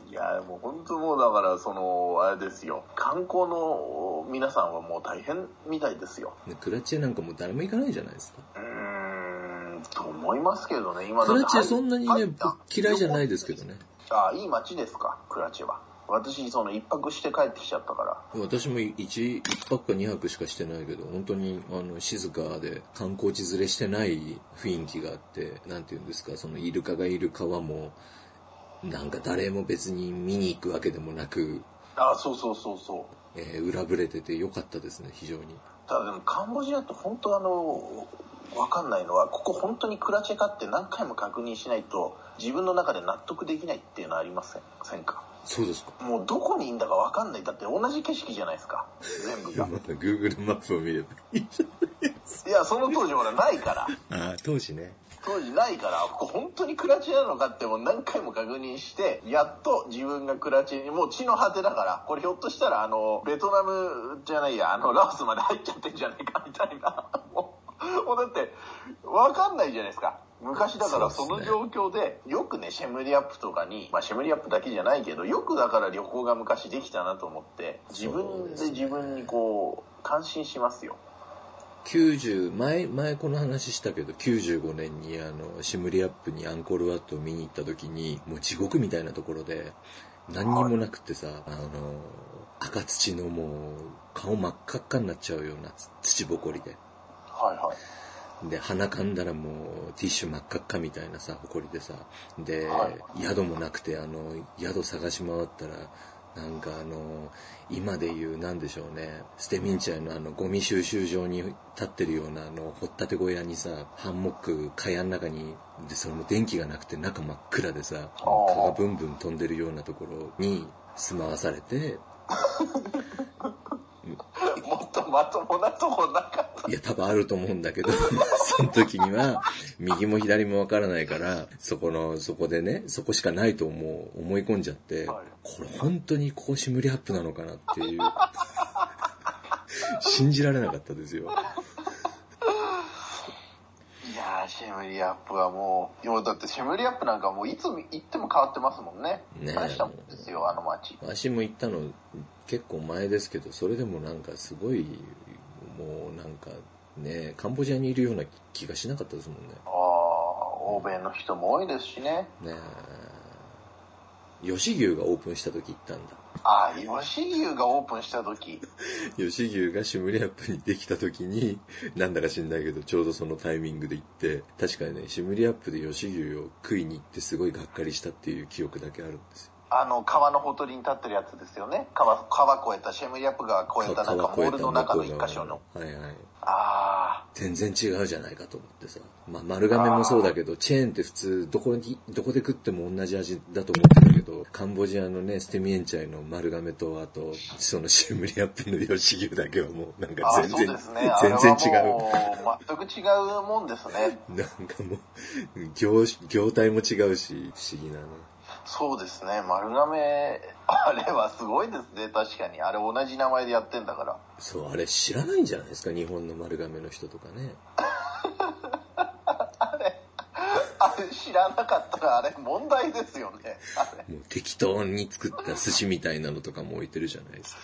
Speaker 3: いや、もう本当もうだから、その、あれですよ。観光の皆さんはもう大変みたいですよ。
Speaker 1: ねクラチアなんかもう誰も行かないじゃないですか。
Speaker 3: うーん、と思いますけどね、今
Speaker 1: クラチアそんなにね、僕嫌いじゃないいですけどね。
Speaker 3: ああ、いい街ですか、クラチェは。私、その、一泊して帰ってきちゃったから。
Speaker 1: 私も1、一泊か2泊しかしてないけど、本当にあの静かで観光地連れしてない雰囲気があって、なんていうんですか、そのイルカがいる川も、なんか誰も別に見に行くわけでもなく、
Speaker 3: ああ、そうそうそうそう。
Speaker 1: えー裏ぶれててよかったですね、非常に。
Speaker 3: ただでも、カンボジアって本当あの、わかんないのは、ここ本当にクラチェかって何回も確認しないと、自分の中で納得できないっていうのはありませんせんか
Speaker 1: そうですか。
Speaker 3: もうどこにいんだかわかんない。だって同じ景色じゃ <laughs> ないですか。全部が。
Speaker 1: Google マップを見ればいいじ
Speaker 3: いや、その当時ほらないから。
Speaker 1: ゃん。ああ、当時ね。
Speaker 3: 当時ないから、ここ本当にクラチェなのかってもう何回も確認して、やっと自分がクラチェに、もう地の果てだから、これひょっとしたらあの、ベトナムじゃないや、あの、ラオスまで入っちゃってんじゃないかみたいな。もう、もうだって、わかんないじゃないですか。昔だから
Speaker 1: そ
Speaker 3: そう
Speaker 1: で
Speaker 3: の
Speaker 1: すね
Speaker 3: 状況で、よくね、シェムリアップとかに、まあシェムリアップだけじゃないけど、よくだから旅行が昔できたなと思って、自
Speaker 1: そう
Speaker 3: 分
Speaker 1: で
Speaker 3: です
Speaker 1: ね
Speaker 3: 自分にこう、感心しますよ。
Speaker 1: 90前前この話したけど95年にあのシムリアップにアンコールワットを見に行った時にもう地獄みたいなところで何にもなくってさ、あの赤土のもう顔真っ赤っかになっちゃうようなつ土ぼこりで
Speaker 3: はいはい。
Speaker 1: で鼻かんだらもうティッシュ真っ赤っかみたいなさほこりでさで、
Speaker 3: は
Speaker 1: 宿もなくてあの宿探し回ったらなんかあの今で言うなんでしょうねステミンチャイのあのゴミ収集場に立ってるようなあの掘ったて小屋にさハンモック蚊帳の中にでそれも電気がなくて中真っ暗でさ蚊がブンブン飛んでるようなところに住まわされて
Speaker 3: <laughs> もっとまともなとこなかった。
Speaker 1: いや、多分あると思うんだけど、 <laughs> その時には、右も左もわからないから、そこの、そこでね、そこしかないと思う、思い込んじゃって、
Speaker 3: はい
Speaker 1: これ本当にここシムリアップなのかなっていう、 <laughs> 信じられなかったですよ。
Speaker 3: いやー、シェムリアップはもう、いやだってシェムリアップなんかもういつ行っても変わってますもんね。
Speaker 1: ねえ
Speaker 3: 大したもんですよ、あの街。
Speaker 1: 私も行ったの結構前ですけど、それでもなんかすごい、もうなんかね、カンボジアにいるような気がしなかったですもんね。
Speaker 3: ああ、欧米の人も多いですしね。
Speaker 1: ねえ吉牛がオープンした時行ったんだ。
Speaker 3: ああ、吉牛がオープンした時。
Speaker 1: 吉牛がシムリアップにできた時に、 <laughs> なんだか知んないけど、ちょうどそのタイミングで行って、確かにね、シムリアップで吉牛を食いに行ってすごいがっかりしたっていう記憶だけあるんですよ。
Speaker 3: あの川のほとりに立ってるやつですよね川川越えたシェムリアップ川越えたなんか
Speaker 1: 川
Speaker 3: モ
Speaker 1: 越え
Speaker 3: ー
Speaker 1: た
Speaker 3: ルの中の一箇所の
Speaker 1: はいはい。
Speaker 3: あ
Speaker 1: 全然違うじゃないかと思ってさ。まあ、丸亀もそうだけど、チェーンって普通、どこに、どこで食っても同じ味だと思ってるけど、カンボジアのね、ステミエンチャイの丸亀と、あと、そのシュムリアップの吉牛だけはもう、なん
Speaker 3: ーあ
Speaker 1: か
Speaker 3: ー
Speaker 1: 全
Speaker 3: そう
Speaker 1: 然、
Speaker 3: ですねあれ
Speaker 1: <laughs> 全
Speaker 3: は
Speaker 1: 然違う。
Speaker 3: もう全く違うもんですね
Speaker 1: なんかもう、業種、業態も違うし、不思議なね。
Speaker 3: そうですね丸亀あれはすごいですね確かにあれ同じ名前でやってんだから
Speaker 1: そう、あれ知らないんじゃないですか、日本の丸亀の人とかね。
Speaker 3: あれ知らなかったらあれ問題ですよねあれ
Speaker 1: もう適当に作った寿司みたいなのとかも置いてるじゃないですか。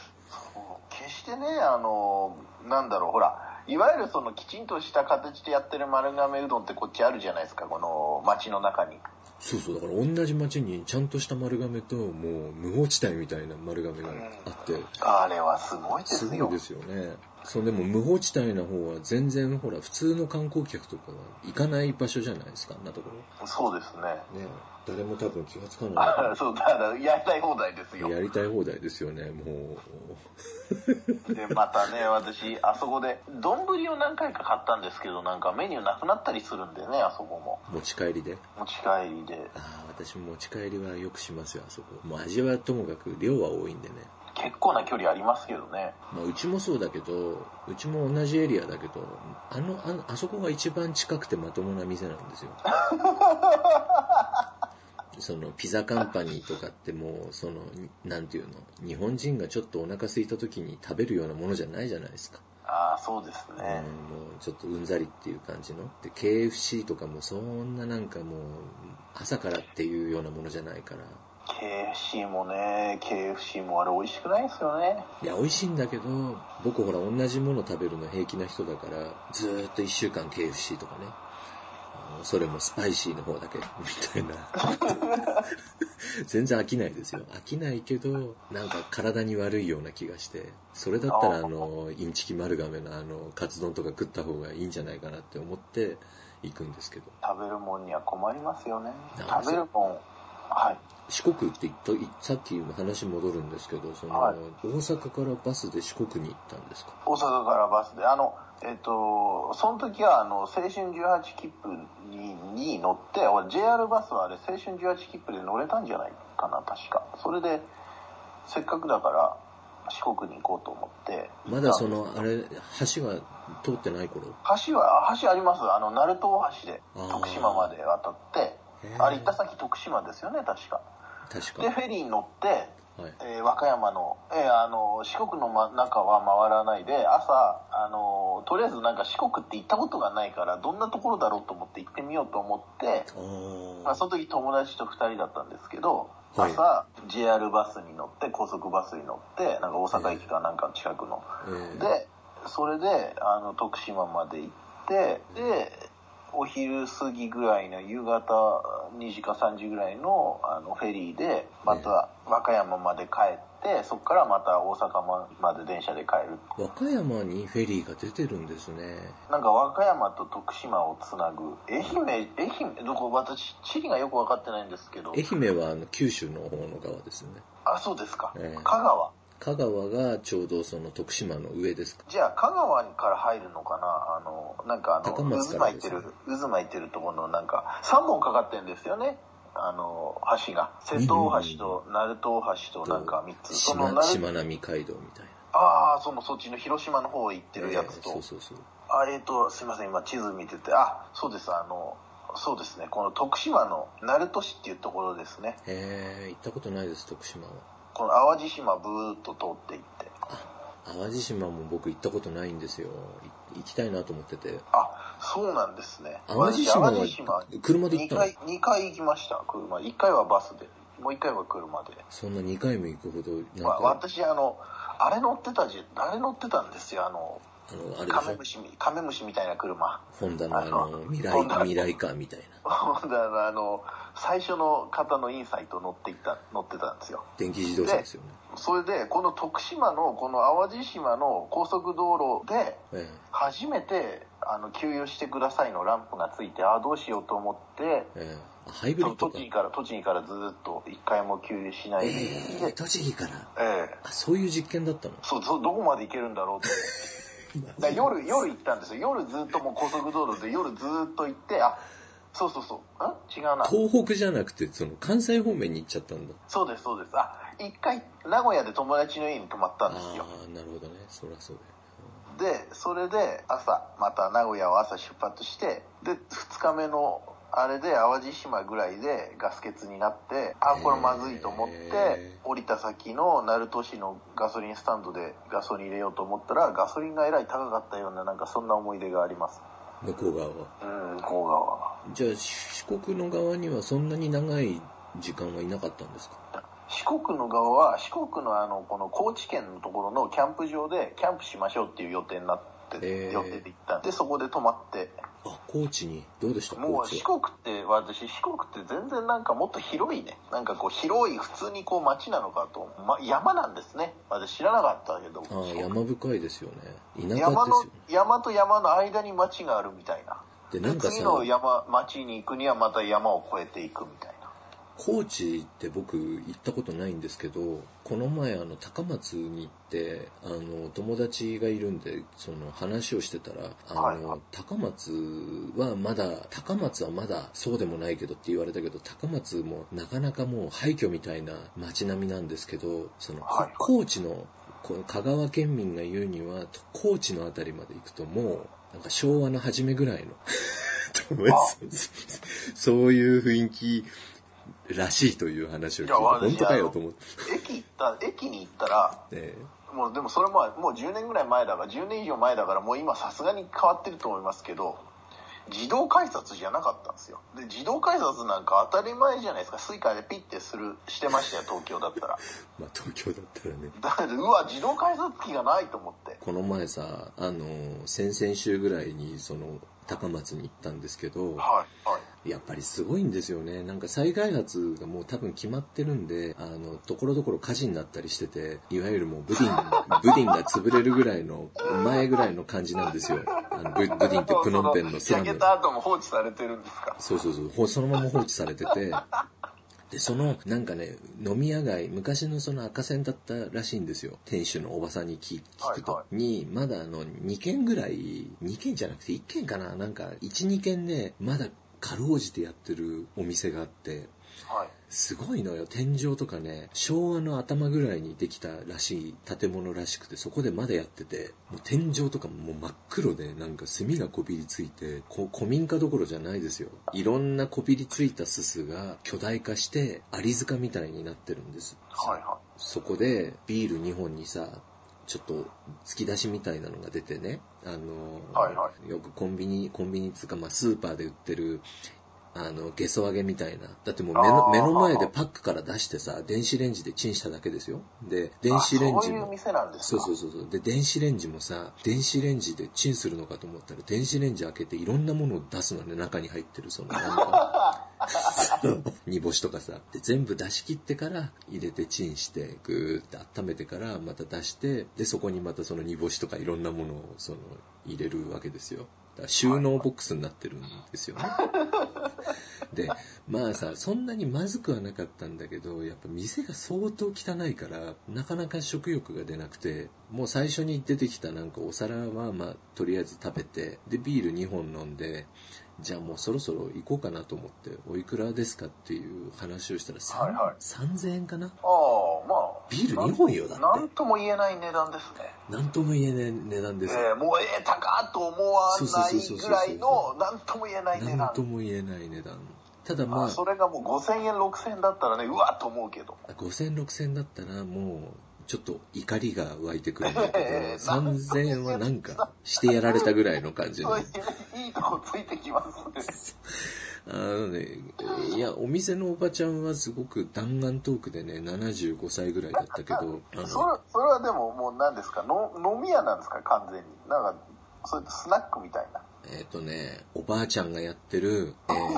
Speaker 3: 決してねあのなんだろうほらいわゆるそのきちんとした形でやってる丸亀うどんってこっちあるじゃないですかこの街の中に
Speaker 1: そうそう、だから同じ町にちゃんとした丸亀と、もう無法地帯みたいな丸亀があって、
Speaker 3: あれはすごいです
Speaker 1: す
Speaker 3: よ
Speaker 1: ごいですよね。そう、でも無法地帯の方は全然ほら、普通の観光客とかは行かない場所じゃないですか、あんなとこ
Speaker 3: そうですね
Speaker 1: ろ。ね誰も多分気がつかない
Speaker 3: あ <laughs> そうだからやりたい放題ですよ
Speaker 1: やりたい放題ですよね、も
Speaker 3: でまたね私あそこで丼を何回か買ったんですけどなんかメニューなくなったりするんでねあそこも
Speaker 1: う、持ち帰りで。
Speaker 3: 持ち帰りで
Speaker 1: ああ、私も持ち帰りはよくしますよ、あそこ。もう味はともかく量は多いんでね。
Speaker 3: 結構な距離ありますけどね
Speaker 1: まあ、うちもそうだけど、うちも同じエリアだけど、あの、あのあそこが一番近くてまともな店なんですよ。そのピザカンパニーとかってもう、その、なんていうの、日本人がちょっとお腹空いた時に食べるようなものじゃないじゃないですか。
Speaker 3: ああそうです
Speaker 1: うん、
Speaker 3: ね、
Speaker 1: もうちょっとうんざりっていう感じの。で、KFC とかもそんななんかもう、朝からっていうようなものじゃないから。
Speaker 3: KFC もね KFC もあれ美味しくないですよね
Speaker 1: いや、美味しいんだけど、僕ほら同じもの食べるの平気な人だから、ずーっと一週間 KFC とかね。あのそれもスパイシーの方だけ、みたいな。全然飽きないですよ。飽きないけど、なんか体に悪いような気がして、それだったらあの、インチキ丸亀のあの、カツ丼とか食った方がいいんじゃないかなって思って行くんですけど。
Speaker 3: 食べるもんには困りますよね
Speaker 1: なるほど
Speaker 3: 食べるもんはい
Speaker 1: 四国って言った言っ、さっき話戻るんですけど、その、
Speaker 3: はい
Speaker 1: 大阪からバスで四国に行ったんですか
Speaker 3: 大阪からバスであのえっ、とその時はあの青春18切符にに乗って俺 JR バスはあれ青春18切符で乗れたんじゃないかな確かそれでせっかくだから四国に行こうと思って
Speaker 1: まだその、あれ、橋が通ってない頃
Speaker 3: 橋は橋ありますあの鳴門大橋で
Speaker 1: あー
Speaker 3: 徳島まで渡って
Speaker 1: へー
Speaker 3: あれ行った先徳島ですよね確か
Speaker 1: 確か。
Speaker 3: で
Speaker 1: は
Speaker 3: フェリーに乗って
Speaker 1: い。
Speaker 3: えー和歌山の,、えーあの四国の真中は回らないで朝あのとりあえずなんか四国って行ったことがないからどんなところだろうと思って行ってみようと思って、まあ、
Speaker 1: あ
Speaker 3: その時友達と2人だったんですけど
Speaker 1: はい
Speaker 3: 朝、JR バスに乗って高速バスに乗ってなんか大阪駅かなんかの近くの、
Speaker 1: あ、えー
Speaker 3: でそれであの徳島まで行ってでお昼過ぎぐらいの夕方2時か3時ぐらいのあのフェリーでまた和歌山まで帰ってそこからまた大阪ままで電車で帰る
Speaker 1: 和歌山にフェリーが出てるんですね。
Speaker 3: なんか和歌山と徳島をつなぐ愛媛愛媛どこ私地理がよく分かってないんですけど
Speaker 1: 愛媛はあの九州の方の側ですね。
Speaker 3: あそうですか、
Speaker 1: ええ
Speaker 3: 香川
Speaker 1: 香川がちょうどその徳島の上ですか。
Speaker 3: じゃあ香川から入るのかなあのなんかあの
Speaker 1: 高松
Speaker 3: 渦
Speaker 1: から
Speaker 3: 巻い
Speaker 1: で
Speaker 3: て
Speaker 1: すね
Speaker 3: る渦巻いてるところのなんか3本かかってるんですよねあの橋が瀬戸大橋と鳴門大橋となんか3つその
Speaker 1: 島、
Speaker 3: 鳴
Speaker 1: 島並海道みたいな。
Speaker 3: ああそのそっちの広島の方へ行ってるやつと、
Speaker 1: えーそうそうそう。
Speaker 3: あえっ、とすいません今地図見ててあそうですあのそうですねこの徳島の鳴門市っていうところですね
Speaker 1: えー、行ったことないです、徳島は。
Speaker 3: この淡路島ブーっと通っていって
Speaker 1: 淡路島も僕行ったことないんですよ。い行きたいなと思ってて。
Speaker 3: あそうなんですね
Speaker 1: 淡路島は
Speaker 3: 私淡路島
Speaker 1: 車で行ったの
Speaker 3: 2回二回行きました車1回はバスでもう1回は車で、
Speaker 1: そんな2回も行くほど、
Speaker 3: まあ、
Speaker 1: なんか、
Speaker 3: 私あのあれ乗ってたじあれ乗ってたんですよあの
Speaker 1: あの、あれ
Speaker 3: カメ
Speaker 1: で
Speaker 3: ムシみカメムシみたいな車 <laughs>
Speaker 1: しょホンダのあ
Speaker 3: あ
Speaker 1: の、
Speaker 3: の
Speaker 1: 未
Speaker 3: ホン
Speaker 1: 来、
Speaker 3: ダ
Speaker 1: 未来カーみたいな。
Speaker 3: ほんであのあの最初の方のインサイト乗っていった乗ってたんですよ
Speaker 1: 電気自動車ですよね。
Speaker 3: それでこの徳島のこの淡路島の高速道路で
Speaker 1: え
Speaker 3: 初めてあの給油してくださいのランプがついてああどうしようと思って
Speaker 1: え、ええ。あハイブリッドか
Speaker 3: 栃。木から栃木からずーっと一回も給油しない
Speaker 1: え
Speaker 3: で、
Speaker 1: え、栃木から。
Speaker 3: ええ
Speaker 1: あ、そういう実験だったの
Speaker 3: そうそうどこまで行けるんだろうと
Speaker 1: <laughs>
Speaker 3: 思ってだ夜夜行ったんですよ夜ずっともう高速道路で夜ずっと行ってあそうそうそううん違うな
Speaker 1: 東北じゃなくて、その関西方面に行っちゃったんだ。
Speaker 3: そうですそうですあ一回名古屋で友達の家に泊まったんですよ
Speaker 1: ああ、なるほどね。そりゃそうだよ。
Speaker 3: でそれで朝また名古屋を朝出発してで2日目のあれで淡路島ぐらいでガス欠になってあこれまずいと思っ
Speaker 1: へ
Speaker 3: て
Speaker 1: え
Speaker 3: 降りた先の鳴門市のガソリンスタンドでガソリン入れようと思ったらガソリンがえらい高かったようななんかそんな思い出があります
Speaker 1: 向こう側は。
Speaker 3: うん甲賀は
Speaker 1: じゃあ、四国の側にはそんなに長い時間はいなかったんですか
Speaker 3: 四国の側は四国のあのこの高知県のところのキャンプ場でキャンプしましょうっていう予定になって、
Speaker 1: へえ
Speaker 3: 予定で行ったんでそこで泊まって
Speaker 1: あ、高知に。どうでした
Speaker 3: も
Speaker 1: 高
Speaker 3: う
Speaker 1: 知
Speaker 3: 四
Speaker 1: は。
Speaker 3: 国って私四国って全然なんかもっと広いねなんかこう広い普通にこう街なのかと、ま、山なんですね私知らなかったけど
Speaker 1: ああ、
Speaker 3: 四国
Speaker 1: 山深いですよね。田舎ですよ
Speaker 3: 山の
Speaker 1: ね。
Speaker 3: 山と山の間に街があるみたいな
Speaker 1: で、なんか
Speaker 3: 次
Speaker 1: さ、
Speaker 3: の山町に行くにはまた山を越えていくみたいな
Speaker 1: 高知って僕行ったことないんですけどこの前あの高松に行ってあの友達がいるんでその話をしてたらあの、
Speaker 3: はい
Speaker 1: 高松はまだ高松はまだそうでもないけどって言われたけど高松もなかなかもう廃墟みたいな街並みなんですけどその、
Speaker 3: はい
Speaker 1: 高知のこの香川県民が言うには高知のあたりまで行くともうなんか昭和の初めぐらいのそういう雰囲気らしいという話を聞いて、
Speaker 3: いや私
Speaker 1: 本当かよと思って。
Speaker 3: 駅行った駅に行ったら
Speaker 1: え
Speaker 3: もうでもそれももう10年ぐらい前だから10年以上前だからもう今さすがに変わってると思いますけど自動改札じゃなかったんですよで自動改札なんか当たり前じゃないですかスイカでピッてするしてま <laughs> したよ東京だったら
Speaker 1: えまあ東京だったらね。
Speaker 3: だからうわ自動改札機がないと思って
Speaker 1: この前さ、あの、先々週ぐらいに、その、高松に行ったんですけど、
Speaker 3: はいはい
Speaker 1: やっぱりすごいんですよね。なんか再開発がもう多分決まってるんで、あの、ところどころ火事になったりしてて、いわゆるもうブディ
Speaker 3: <laughs>
Speaker 1: ン、ブディンが潰れるぐらいの、前ぐらいの感じなんですよ。あのブブディンってプノンペンのスラ
Speaker 3: 焼
Speaker 1: ム。
Speaker 3: けた後も放置されてるんですか
Speaker 1: そうそうそうほ、そのまま放置されてて、で、その、なんかね、飲み屋街、昔のその赤線だったらしいんですよ。店主のおばさんに聞聞くと。
Speaker 3: はいは
Speaker 1: に、まだあの、2軒ぐらい、2軒じゃなくて1軒かななんか、1、2軒で、まだ、かろうじてやってるお店があって、
Speaker 3: はい
Speaker 1: すごいのよ。天井とかね、昭和の頭ぐらいにできたらしい建物らしくて、そこでまだやってて、もう天井とかもう真っ黒で、なんか炭がこびりついて、こ古民家どころじゃないですよ。いろんなこびりついたすすが巨大化して、アリ塚みたいになってるんです。
Speaker 3: はいは
Speaker 1: そこで、ビール2本にさ、ちょっと、突き出しみたいなのが出てね、あのー
Speaker 3: はいは
Speaker 1: よくコンビニ、コンビニっつうか、まあ、スーパーで売ってる、あの、ゲソ揚げみたいな。だってもう目の
Speaker 3: あー
Speaker 1: 目の前でパックから出してさ、電子レンジでチンしただけですよ。で、電
Speaker 3: い
Speaker 1: 子レン
Speaker 3: あ
Speaker 1: ジ
Speaker 3: そういう
Speaker 1: も。
Speaker 3: 店なんです
Speaker 1: そう
Speaker 3: か
Speaker 1: そうそうそう。で、電子レンジもさ、電子レンジでチンするのかと思ったら、電子レンジ開けていろんなものを出すのね、中に入ってる、その、なんか、煮干しとかさ。で、全部出し切ってから、入れてチンして、ぐーって温めてから、また出して、で、そこにまたその煮干しとかいろんなものを、その、入れるわけですよ。だから収納ボックスになってるんですよね。で、まあさ、そんなにまずくはなかったんだけど、やっぱ店が相当汚いから、なかなか食欲が出なくて、もう最初に出てきたなんかお皿は、まあ、とりあえず食べて、で、ビール2本飲んで、じゃあもうそろそろ行こうかなと思って、おいくらですかっていう話をしたら、さん
Speaker 3: はいはい
Speaker 1: 3000円かな
Speaker 3: ああまあ
Speaker 1: ビール2本よ、だっ
Speaker 3: なん
Speaker 1: て。
Speaker 3: とも言えない値段ですね
Speaker 1: なんとも言えない値段ですよ。
Speaker 3: ええもうええ高っと思わないぐらいのなんとも言えない
Speaker 1: な
Speaker 3: 値段
Speaker 1: んとも言えない値段。ただま
Speaker 3: あ
Speaker 1: あ、
Speaker 3: それがもう5000円6000円だったらねうわっと思うけど
Speaker 1: 5000、6000だったらもう、ちょっと怒りが湧いてくるんだけど
Speaker 3: <laughs> ええ、
Speaker 1: 3000円はなんかしてやられたぐらいの感じの。
Speaker 3: そう
Speaker 1: あ
Speaker 3: いういいとこついてきます
Speaker 1: のね、いや、お店のおばちゃんはすごく弾丸トークでね、75歳ぐらいだったけど、あ
Speaker 3: ねそ
Speaker 1: の、
Speaker 3: れそれはでももう何ですかの飲み屋なんですか完全になんかそうやってスナックみたいな <laughs>
Speaker 1: ええっ、とね、おばあちゃんがやってる、えー、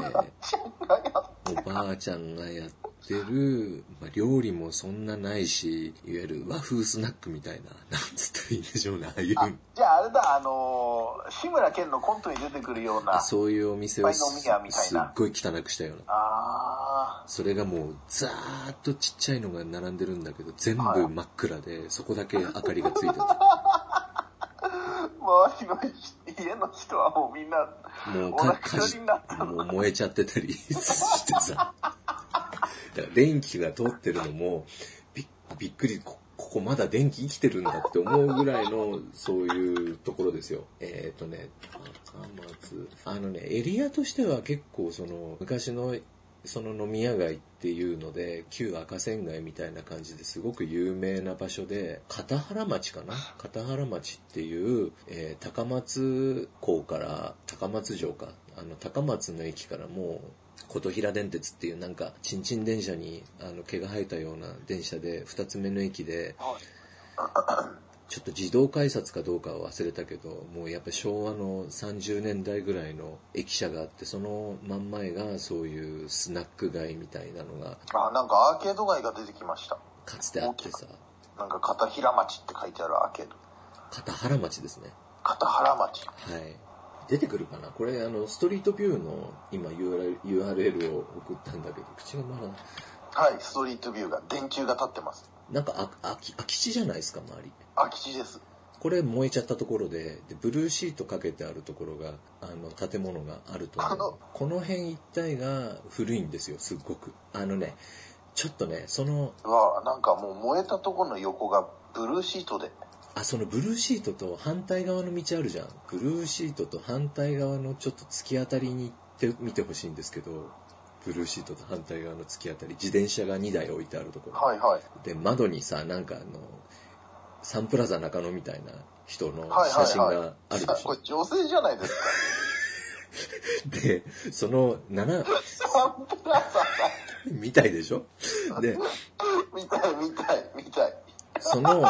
Speaker 1: おばあちゃんがやってる、まあ、料理もそんなないし、いわゆる和風スナックみたいな、なんつったらいいんでしょうね、ああいう、
Speaker 3: じゃああれだ、あのー志村けんのコントに出てくるような。
Speaker 1: そういうお店を
Speaker 3: いっぱい飲み屋みたい
Speaker 1: すっ
Speaker 3: な
Speaker 1: ごい汚くしたような。
Speaker 3: あ
Speaker 1: それがもう、ザーっとちっちゃいのが並んでるんだけど、全部
Speaker 3: はい
Speaker 1: 真っ暗で、そこだけ明かりがついてて。
Speaker 3: あ、周りの人家の人はもうみんな、
Speaker 1: もう
Speaker 3: <laughs> お
Speaker 1: か、
Speaker 3: 腹
Speaker 1: かじ、
Speaker 3: に
Speaker 1: も
Speaker 3: なった
Speaker 1: う燃えちゃってたり <laughs> してさ。だから電気が通ってるのも、びっびっくりこ、ここまだ電気生きてるんだって思うぐらいの、そういうところですよ。えっ、とね、高松。あのね、エリアとしては結構その、昔の、その飲み屋街っていうので、旧赤線街みたいな感じですごく有名な場所で、片原町かな片原町っていう、えー高松港から、高松城か。あの、高松の駅からもう、琴平電鉄っていうなんか、ちんちん電車に、あの、毛が生えたような電車で、二つ目の駅で、ちょっと自動改札かどうかは忘れたけど、もうやっぱ昭和の30年代ぐらいの駅舎があって、その真ん前がそういうスナック街みたいなのが
Speaker 3: あ、なんかアーケード街が出てきました。
Speaker 1: かつてあってさ、
Speaker 3: なんか片平町って書いてあるアーケード。
Speaker 1: 片原町ですね。
Speaker 3: 片原町。
Speaker 1: はい。出てくるかなこれあの、ストリートビューの今 URL, URL を送ったんだけど、口が回らない。
Speaker 3: はい、ストリートビューが、電柱が立ってます。
Speaker 1: なんかあ空き空き地じゃないですか、周り。
Speaker 3: 空き地です。
Speaker 1: これ燃えちゃったところで、でブルーシートかけてあるところが、あの、建物があると思
Speaker 3: あ
Speaker 1: う
Speaker 3: の。
Speaker 1: この辺一帯が古いんですよ、すっごく。あのね、ちょっとね、その、
Speaker 3: うわなんかもう燃えたところの横がブルーシートで。
Speaker 1: あ、そのブルーシートと反対側の道あるじゃん。ブルーシートと反対側のちょっと突き当たりに行ってみてほしいんですけど、ブルーシートと反対側の突き当たり、自転車が2台置いてあるところ。
Speaker 3: はいはい。
Speaker 1: で、窓にさ、なんかあの、サンプラザ中野みたいな人の
Speaker 3: はい
Speaker 1: 写真
Speaker 3: はい
Speaker 1: が
Speaker 3: は
Speaker 1: ある
Speaker 3: い
Speaker 1: で。しょ
Speaker 3: こ。れ女性じゃないですか。
Speaker 1: で、その7、
Speaker 3: <laughs> サンプラザ
Speaker 1: みたいでしょで、
Speaker 3: みたいみたいみたい。
Speaker 1: その、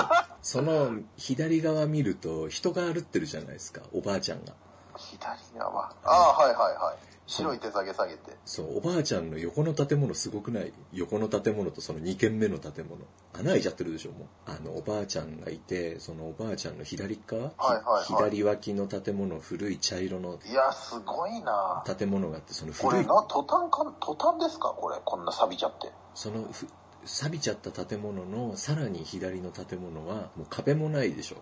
Speaker 1: その左側見ると人が歩ってるじゃないですか、おばあちゃんが。
Speaker 3: 左側。ああ、はいはいはい。白い手下げ下げて。
Speaker 1: そう、おばあちゃんの横の建物すごくない横の建物とその2軒目の建物。穴開いちゃってるでしょ、もう。あの、おばあちゃんがいて、そのおばあちゃんの左側、
Speaker 3: はいはいはい
Speaker 1: 左脇の建物、古い茶色の
Speaker 3: いや、すごいな
Speaker 1: 建物があって、その
Speaker 3: こ
Speaker 1: 古
Speaker 3: れ
Speaker 1: い、
Speaker 3: な、トタンかん、トタンですかこれ。こんな錆びちゃって。
Speaker 1: そのふ、錆びちゃった建物のさらに左の建物は、もう壁もないでしょ。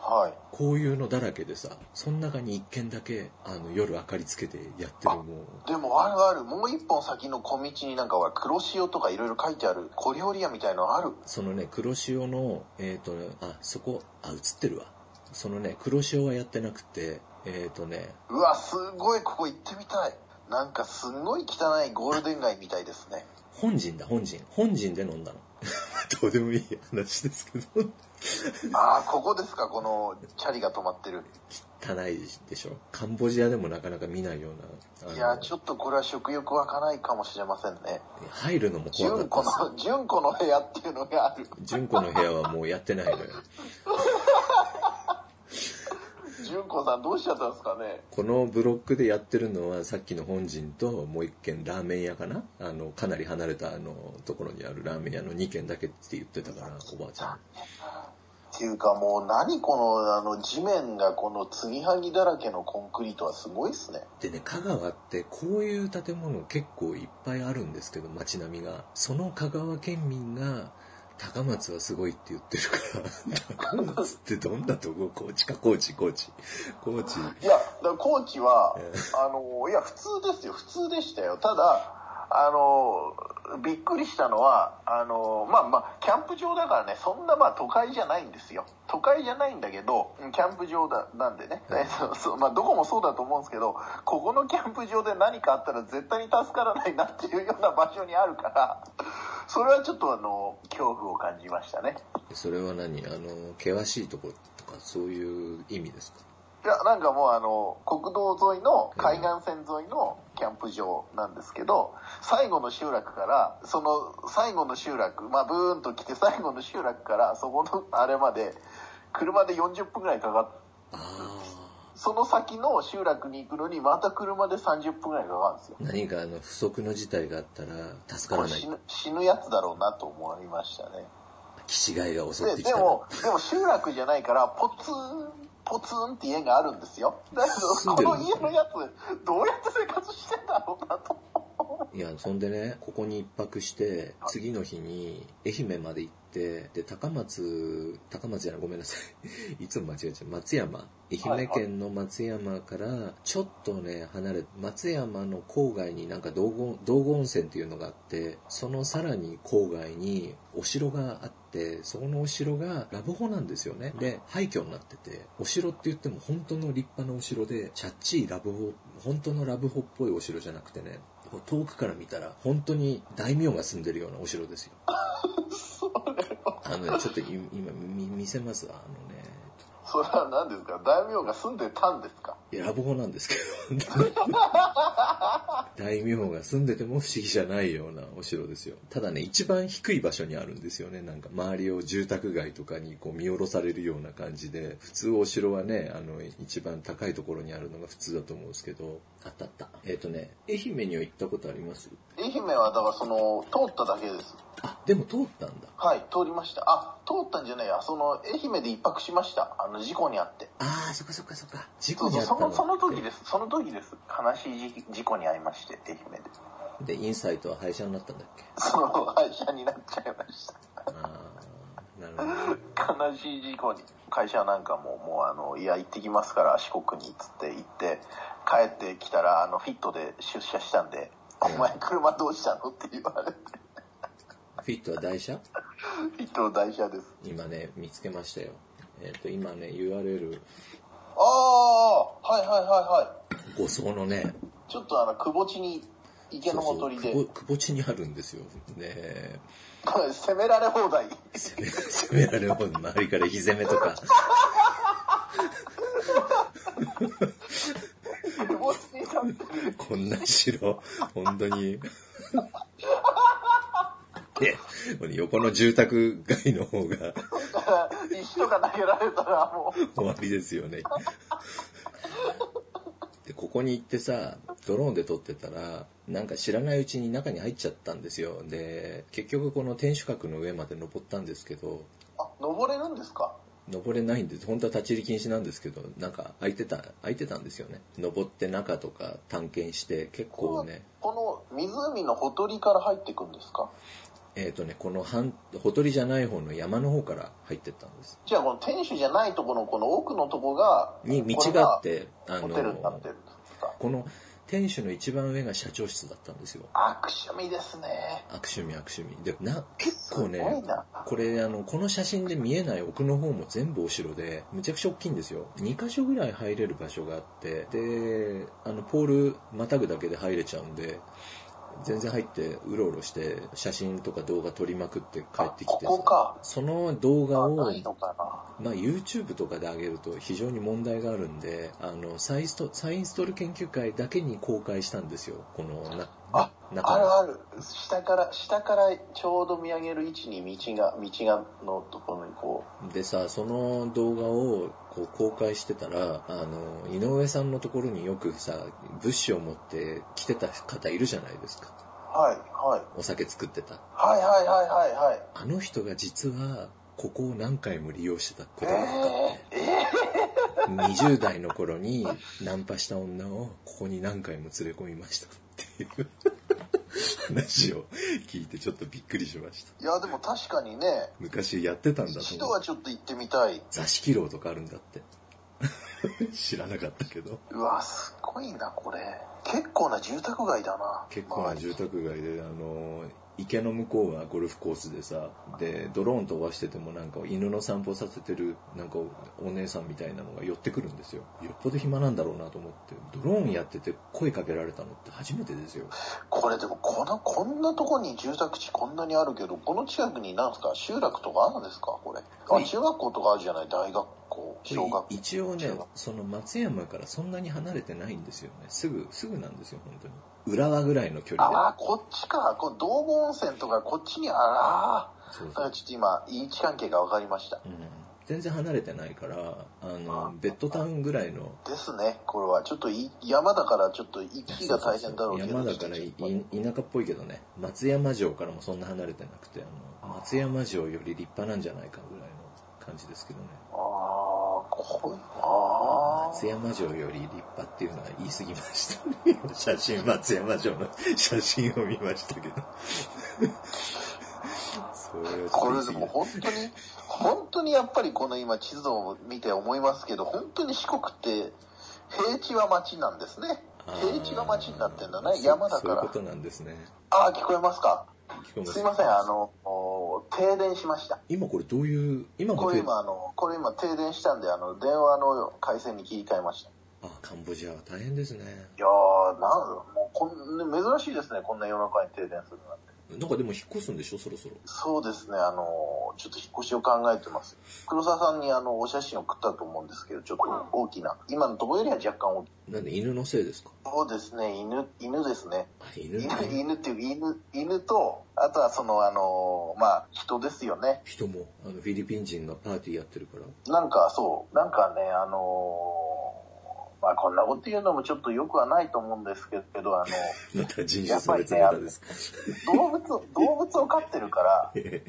Speaker 3: はい。
Speaker 1: こういうのだらけでさ、その中に一軒だけ、あの、夜明かりつけてやってるもう、
Speaker 3: でもあるある、もう一本先の小道になんかほら、黒潮とかいろいろ書いてある、小料理屋みたいのある。
Speaker 1: そのね、黒潮の、えっ、とね、あ、そこ、あ、映ってるわ。そのね、黒潮はやってなくて、えっ、とね、
Speaker 3: うわ、すごい、ここ行ってみたい。なんかすんごい汚いゴールデン街みたいですね。
Speaker 1: 本陣だ、本陣。本陣で飲んだの。 <laughs> どうでもいい話ですけ <laughs> ど。
Speaker 3: ああ、ここですか、このチャリが止まってる。
Speaker 1: 汚いでしょカンボジアでもなかなか見ないような。
Speaker 3: い
Speaker 1: あ
Speaker 3: や、
Speaker 1: の
Speaker 3: ちょっとこれは食欲湧かないかもしれませんね。
Speaker 1: 入るのも怖か
Speaker 3: 純
Speaker 1: った
Speaker 3: 子
Speaker 1: っす
Speaker 3: の、純子の部屋っていうのがある。
Speaker 1: 純子の部屋はもうやってないのよ。
Speaker 3: 純子さんどうしちゃったんですかね。
Speaker 1: このブロックでやってるのはさっきの本陣ともう一軒ラーメン屋かなあの、かなり離れたあの、ところにあるラーメン屋の二軒だけって言ってたから、おばあちゃん。
Speaker 3: っていうかもう何この、あの、地面がこの継ぎはぎだらけのコンクリートはすごいっすね。
Speaker 1: でね、香川ってこういう建物結構いっぱいあるんですけど、街並みが。その香川県民が、高松はすごいって言ってるから、高松ってどんなとこ高知か、高知、高知。高知。
Speaker 3: いや、だから高知は
Speaker 1: え、
Speaker 3: あの、いや、普通ですよ、普通でしたよ。ただ、あの、びっくりしたのは、あの、まあまあ、キャンプ場だからね、そんなまあ都会じゃないんですよ。都会じゃないんだけど、うんキャンプ場だなんでね、
Speaker 1: はい
Speaker 3: えそうそうまあ、どこもそうだと思うんですけど、ここのキャンプ場で何かあったら絶対に助からないなっていうような場所にあるから、それはちょっとあの、恐怖を感じましたね。
Speaker 1: それは何あの、険しいとことかそういう意味ですか
Speaker 3: いや、なんかもうあの、国道沿いの、海岸線沿いのキャンプ場なんですけど、最後の集落から、その最後の集落、まあブーンと来て最後の集落から、そこのあれまで、車で40分ぐらいかかっ
Speaker 1: ああ。
Speaker 3: その先の集落に行くのに、また車で30分ぐらいかかるんですよ。
Speaker 1: 何かあの不測の事態があったら助
Speaker 3: こ
Speaker 1: か
Speaker 3: れ
Speaker 1: らない
Speaker 3: 死ぬ死ぬやつだろうなと思いましたね。
Speaker 1: 気違いが襲っ
Speaker 3: で
Speaker 1: てき
Speaker 3: で
Speaker 1: たら
Speaker 3: も、でも集落じゃないから、ポツン、ポツンって家があるんですよ。だけ
Speaker 1: 住ん
Speaker 3: ど、
Speaker 1: で
Speaker 3: こ
Speaker 1: る
Speaker 3: の家のやつ、どうやって生活してんだろうなと。
Speaker 1: いやそんでねここに一泊して次の日に愛媛まで行ってで高松高松じゃないごめんなさい <laughs> いつも間違えちゃう松山愛媛県の松山からちょっとね離れ松山の郊外になんか道後道後温泉っていうのがあってそのさらに郊外にお城があってでそこのお城がラブホなんですよねで廃墟になっててお城って言っても本当の立派なお城でチャッチーラブホ本当のラブホっぽいお城じゃなくてねこう遠くから見たら本当に大名が住んでるようなお城ですよあのねちょっとい今み見せますわあのね
Speaker 3: それは何ですか大名が住んでたんですか
Speaker 1: いやラブホなんですけど <laughs> 大名が住んでても不思議じゃないようなお城ですよただね一番低い場所にあるんですよねなんか周りを住宅街とかにこう見下ろされるような感じで普通お城はねあの一番高いところにあるのが普通だと思うんですけどあったあったえっ、とね愛媛には行ったことあります
Speaker 3: 愛媛はだからその、通っただけです。
Speaker 1: あでも通ったんだ
Speaker 3: はい、通りました。あ、通ったんじゃないや。その、愛媛で一泊しました。あの、事故にあって。
Speaker 1: ああそっかそっかそっか事
Speaker 3: そ
Speaker 1: 故
Speaker 3: う
Speaker 1: に
Speaker 3: そ
Speaker 1: あ
Speaker 3: う、
Speaker 1: った
Speaker 3: そ
Speaker 1: の
Speaker 3: の、その時です。その時です。悲しい事事故に遭いまして、愛媛
Speaker 1: で
Speaker 3: で。
Speaker 1: インサイトは廃車になったんだっけ
Speaker 3: その、廃車になっちゃいました。
Speaker 1: ああなるほど
Speaker 3: 悲しい事故に会社なんかももうあのいや行ってきますから四国にっつって行って帰ってきたらあのフィットで出社したんで「お前車どうしたの?」って言われて
Speaker 1: フィットは台車
Speaker 3: フィットの台車です
Speaker 1: 今ね、見つけましたよ。えっ、と、今ね、URL、
Speaker 3: ああはいはいはいは
Speaker 1: 5層のね、
Speaker 3: いちょっとあのくぼ地に池のほとりで
Speaker 1: そうそうくぼくぼ地にあるんですよ。ね
Speaker 3: <laughs> 攻められ放題
Speaker 1: 攻め、攻められる方の周りから火攻めとか、
Speaker 3: くぼ地に立ってる <laughs>
Speaker 1: こんな城、本当に。で、この横の住宅街の方が
Speaker 3: から石とか投げられたらもう
Speaker 1: 終わりですよ
Speaker 3: <laughs>
Speaker 1: ね。で、ここに行ってさ、ドローンで撮ってたら、なんか知らないうちに中に入っちゃったんですよ。で、結局この天守閣の上まで登ったんですけど、
Speaker 3: あ登れるんですか
Speaker 1: 登れないんです。本当は立ち入り禁止なんですけど、なんか空いてた、空いてたんですよね。登って中とか探検して、結構ね、
Speaker 3: この湖のほとりから入ってくんですか
Speaker 1: えっ、とね、この半、ほとりじゃない方の山の方から入ってったんです。
Speaker 3: じゃあこの天守じゃないところのこの奥のとこが
Speaker 1: に道があって、あ
Speaker 3: これがホテルになってるんですか
Speaker 1: この天守の一番上が社長室だったんですよ。
Speaker 3: 悪趣味ですね
Speaker 1: 悪趣味悪趣味。で、な、結構ね
Speaker 3: すごいな、
Speaker 1: これあの、この写真で見えない奥の方も全部お城で、むちゃくちゃ大きいんですよ。2箇所ぐらい入れる場所があって、で、あの、ポールまたぐだけで入れちゃうんで、全然入って、うろうろして、写真とか動画撮りまくって帰ってきて
Speaker 3: あここか
Speaker 1: その動画を
Speaker 3: ない、のか
Speaker 1: ま
Speaker 3: な
Speaker 1: あ、YouTube とかで上げると非常に問題があるんで、あの、再イスト、再インストール研究会だけに公開したんですよ。このな、
Speaker 3: あ
Speaker 1: な
Speaker 3: あるある下から下からちょうど見上げる位置に道が道がのところにこ
Speaker 1: でさ、その動画をこう公開してたら、あの、井上さんのところによくさ、物資を持って来てた方いるじゃないですか。
Speaker 3: うはいはい
Speaker 1: お酒作ってた。
Speaker 3: はいはいはいはいはい
Speaker 1: あの人が実は、ここを何回も利用してたことが分かって、20代の頃にナンパした女をここに何回も連れ込みましたっていう話を聞いてちょっとびっくりしました。
Speaker 3: いやでも確かにね
Speaker 1: 昔やってたんだと
Speaker 3: 一
Speaker 1: 思
Speaker 3: 度
Speaker 1: う。
Speaker 3: はちょっと行ってみたい
Speaker 1: 座敷牢とかあるんだって。知らなかったけど。
Speaker 3: うわすごいなこれ結構な住宅街だな
Speaker 1: 結構な
Speaker 3: ま
Speaker 1: 住宅街で、あの、池の向こうがゴルフコースでさ、で、ドローン飛ばしててもなんか犬の散歩させてる、なんかお姉さんみたいなのが寄ってくるんですよ。よっぽど暇なんだろうなと思って、ドローンやってて声かけられたのって初めてですよ。
Speaker 3: あこれでもこのこんなとこに住宅地こんなにあるけどこの近くになんすか集落とかあるんですかこれ
Speaker 1: は
Speaker 3: あ
Speaker 1: い
Speaker 3: 中学校とかあるじゃない大学校小学
Speaker 1: い
Speaker 3: 校
Speaker 1: 一応ね
Speaker 3: 小学、
Speaker 1: その松山からそんなに離れてないんですよね。すぐ、すぐなんですよ、本当に。浦和ぐらいの距離で。
Speaker 3: ああこっちかこう道後温泉とかこっちにあら
Speaker 1: そう
Speaker 3: あ
Speaker 1: そう
Speaker 3: ちょっと今位置関係が分かりました
Speaker 1: うん全然離れてないから、あの、ベッドタウンぐらいの、
Speaker 3: ですね、これは。ちょっとい山だからちょっと行きが大変だろうけど。
Speaker 1: 山だからいい田舎っぽいけどね、松山城からもそんな離れてなくて、あの、松山城より立派なんじゃないかぐらいの感じですけどね。
Speaker 3: ああ、こい。あ
Speaker 1: 松山城より立派っていうのは言い過ぎましたね。 <laughs> 写真、松山城の写真を見ましたけど。 <laughs> それはちょっと言い過ぎだ
Speaker 3: あ。これでも本当に、本当にやっぱりこの今地図を見て思いますけど、本当に四国って平地は町なんですね。
Speaker 1: あー
Speaker 3: 平地が町になってんだね。
Speaker 1: そう
Speaker 3: 山だか
Speaker 1: そういう
Speaker 3: ら
Speaker 1: こ。となんですね。
Speaker 3: ああ、聞こえますか。
Speaker 1: 聞こえます
Speaker 3: いません、あの、お停電しました。
Speaker 1: 今これどういう、今も
Speaker 3: これ
Speaker 1: て
Speaker 3: 今、あの、これ今停電したんで、あの、電話の回線に切り替えました。
Speaker 1: あ、カンボジアは大変ですね。
Speaker 3: いやー、なんだろうもうこん、珍しいですね、こんな夜中に停電するなんて。
Speaker 1: なんかでも引っ越すんでしょ、そろそろ。
Speaker 3: そうですね、あの、ちょっと引っ越しを考えてます。黒沢さんにあの、お写真送ったと思うんですけど、ちょっと大きな、今のところよりは若干大きい。
Speaker 1: なんで犬のせいですか
Speaker 3: そうですね、犬、犬ですね。
Speaker 1: あ、犬
Speaker 3: 犬、
Speaker 1: ね。
Speaker 3: 犬っていう、犬、犬と、あとはその、あの、まあ、人ですよね。
Speaker 1: 人も、あの、フィリピン人がパーティーやってるから。
Speaker 3: なんかそう、なんかね、あのーまあこんなこと言うのもちょっと良くはないと思うんですけど、あ
Speaker 1: また人種差別ネタですか。
Speaker 3: の、動物、動物を飼ってるから、ねえ、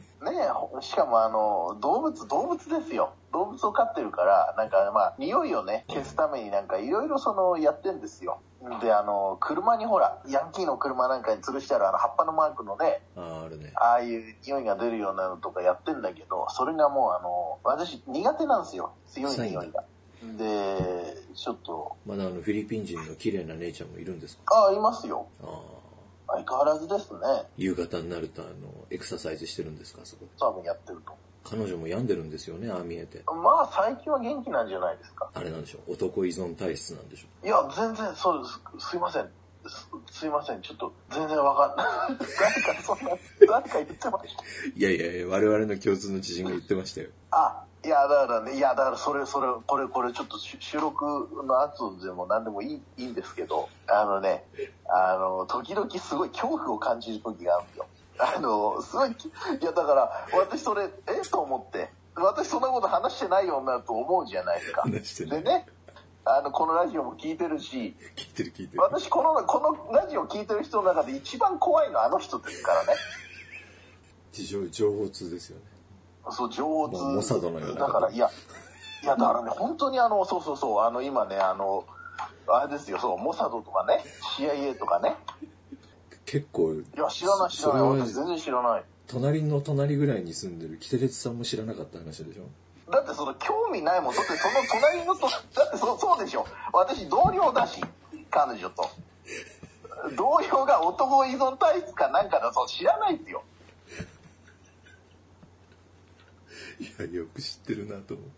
Speaker 3: しかもあの、動物、動物ですよ。動物を飼ってるから、なんかまあ、匂いをね、消すためになんかいろいろその、やってんですよ。で、あの、車にほら、ヤンキーの車なんかに吊るしてあるあの、葉っぱのマークのね、
Speaker 1: あー、あるね。
Speaker 3: ああいう匂いが出るようなのとかやってんだけど、それがもうあの、私苦手なんですよ。強い匂いが。で、ちょっと、
Speaker 1: まだあの、フィリピン人の綺麗な姉ちゃんもいるんですか
Speaker 3: ああ、いますよ。
Speaker 1: ああ。
Speaker 3: 相変わらずですね。
Speaker 1: 夕方になると、あの、エクササイズしてるんですか、あそこで。
Speaker 3: 多分やってると。
Speaker 1: 彼女も病んでるんですよね、ああ見えて。
Speaker 3: まあ、最近は元気なんじゃないですか。
Speaker 1: あれなんでしょう。男依存体質なんでしょう。
Speaker 3: いや、全然、そうです。すいません。すすいません。ちょっと、全然わかんない。 <laughs> 誰かそんな、誰か言ってました。
Speaker 1: <laughs> いやいやいや、我々の共通の知人が言ってましたよ。
Speaker 3: あ、いや、だからね、いや、だから、それ、それ、これ、これ、ちょっとし収録の後でも何でもいい、いいんですけど、あのね、あの、時々すごい恐怖を感じる時があるんですよ。あの、すごい、いや、だから、私それ、えと思って、私そんなこと話してないよなと思うじゃないですか。
Speaker 1: 話してない
Speaker 3: でね、あの、このラジオも聞いてるし、
Speaker 1: 聞いてる聞いてる。
Speaker 3: 私この、このラジオ聞いてる人の中で一番怖いのはあの人ですからね。
Speaker 1: 地上、情報通ですよね。
Speaker 3: <laughs> そう、上手。
Speaker 1: もうモサドのような
Speaker 3: だから、いや、いや、だからね、本当にあの、そうそうそう、あの、今ね、あの、あれですよ、そう、モサドとかね、CIA とかね。
Speaker 1: 結構、
Speaker 3: いや、知らない、知ら
Speaker 1: そ
Speaker 3: ない。
Speaker 1: れは
Speaker 3: 私全然知らない。
Speaker 1: 隣の隣ぐらいに住んでるキテレツさんも知らなかった話でしょ
Speaker 3: だってその、興味ないもん。だってその隣のと、だってそ、そうでしょ。私、同僚だし、彼女と。同僚が男依存体質かなんかだと知らないですよ。
Speaker 1: いやよく知ってるなと思って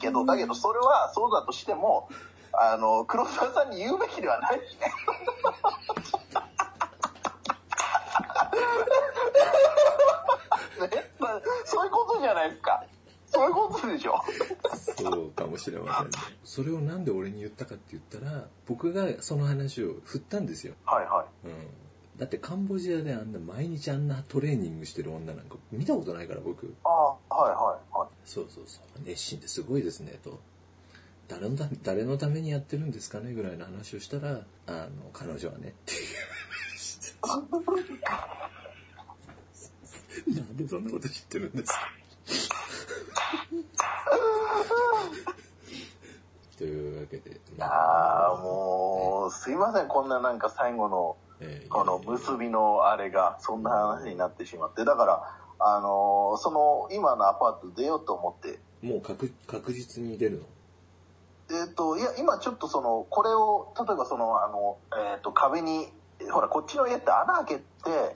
Speaker 3: けど、だけどそれはそうだとしても、あの、黒沢さんに言うべきではない <laughs> しね。ねまあそういうことじゃないですか。そういうことでしょ。
Speaker 1: そうかもしれませんねそれをなんで俺に言ったかって言ったら僕がその話を振ったんですよ、
Speaker 3: はいは
Speaker 1: うん、だってカンボジアであんな毎日あんなトレーニングしてる女なんか見たことないから僕
Speaker 3: ああ、はいはいはい。
Speaker 1: そうそうそう熱心ですごいですねと誰のため誰のためにやってるんですかねぐらいの話をしたらあの彼女はねっていう <laughs> なんでそんなこと知ってるんですか <laughs> というわけで、ま
Speaker 3: ああ、もう、すいません、こんななんか最後の、
Speaker 1: えー
Speaker 3: この結びのあれが、そんな話になってしまって。だから、あのその、今のアパート出ようと思って、
Speaker 1: もう確確実に出るの
Speaker 3: えっ、と、いや、今ちょっとその、これを、例えばその、あの、えっ、と、壁に、ほら、こっちの家って穴開けて、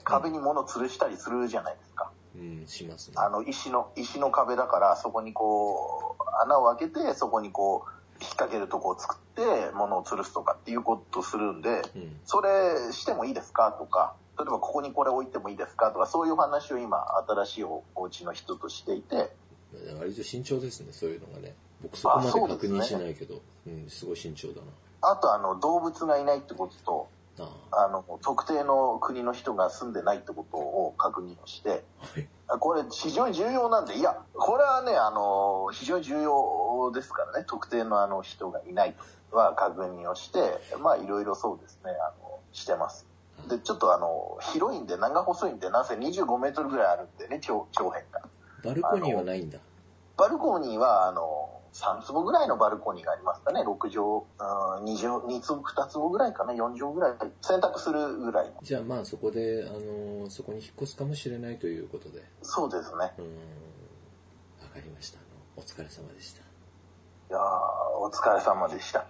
Speaker 3: 壁に物吊るしたりするじゃないですか。
Speaker 1: うんしますね
Speaker 3: あの、石の、石の壁だから、そこにこう、穴を開けて、そこにこう、引っ掛けるとこを作って、物を吊るすとかっていうことをするんで、
Speaker 1: うん
Speaker 3: それしてもいいですかとか、例えばここにこれ置いてもいいですかとか、そういう話を今、新しいおお家の人としていて、
Speaker 1: 割と慎重ですねそういうのがね僕そこま
Speaker 3: あ
Speaker 1: で
Speaker 3: そうです
Speaker 1: 確
Speaker 3: ね
Speaker 1: 認しないけどうんすごい慎重だな
Speaker 3: あとあの、動物がいないってことと、
Speaker 1: ああ
Speaker 3: あの特定の国の人が住んでないってことを確認をして
Speaker 1: はい
Speaker 3: あこれ非常に重要なんでいやこれはねあの非常に重要ですからね特定のあの人がいないとは確認をしてまあいろいろそうですねあのしてますでちょっとあの広いんで長細いんでなんせ25メートルぐらいあるんでね長長辺が
Speaker 1: バルコニーはないんだ。
Speaker 3: バルコニーはあの3坪ぐらいのバルコニーがありますかね6畳、うん、2, 畳2坪2坪ぐらいかな4畳ぐらい洗濯するぐらいの
Speaker 1: じゃあまあそこで、あのーそこに引っ越すかもしれないということで。
Speaker 3: そうですね
Speaker 1: うーん。わかりました。あのお疲れ様でした。
Speaker 3: いやーお疲れ様でした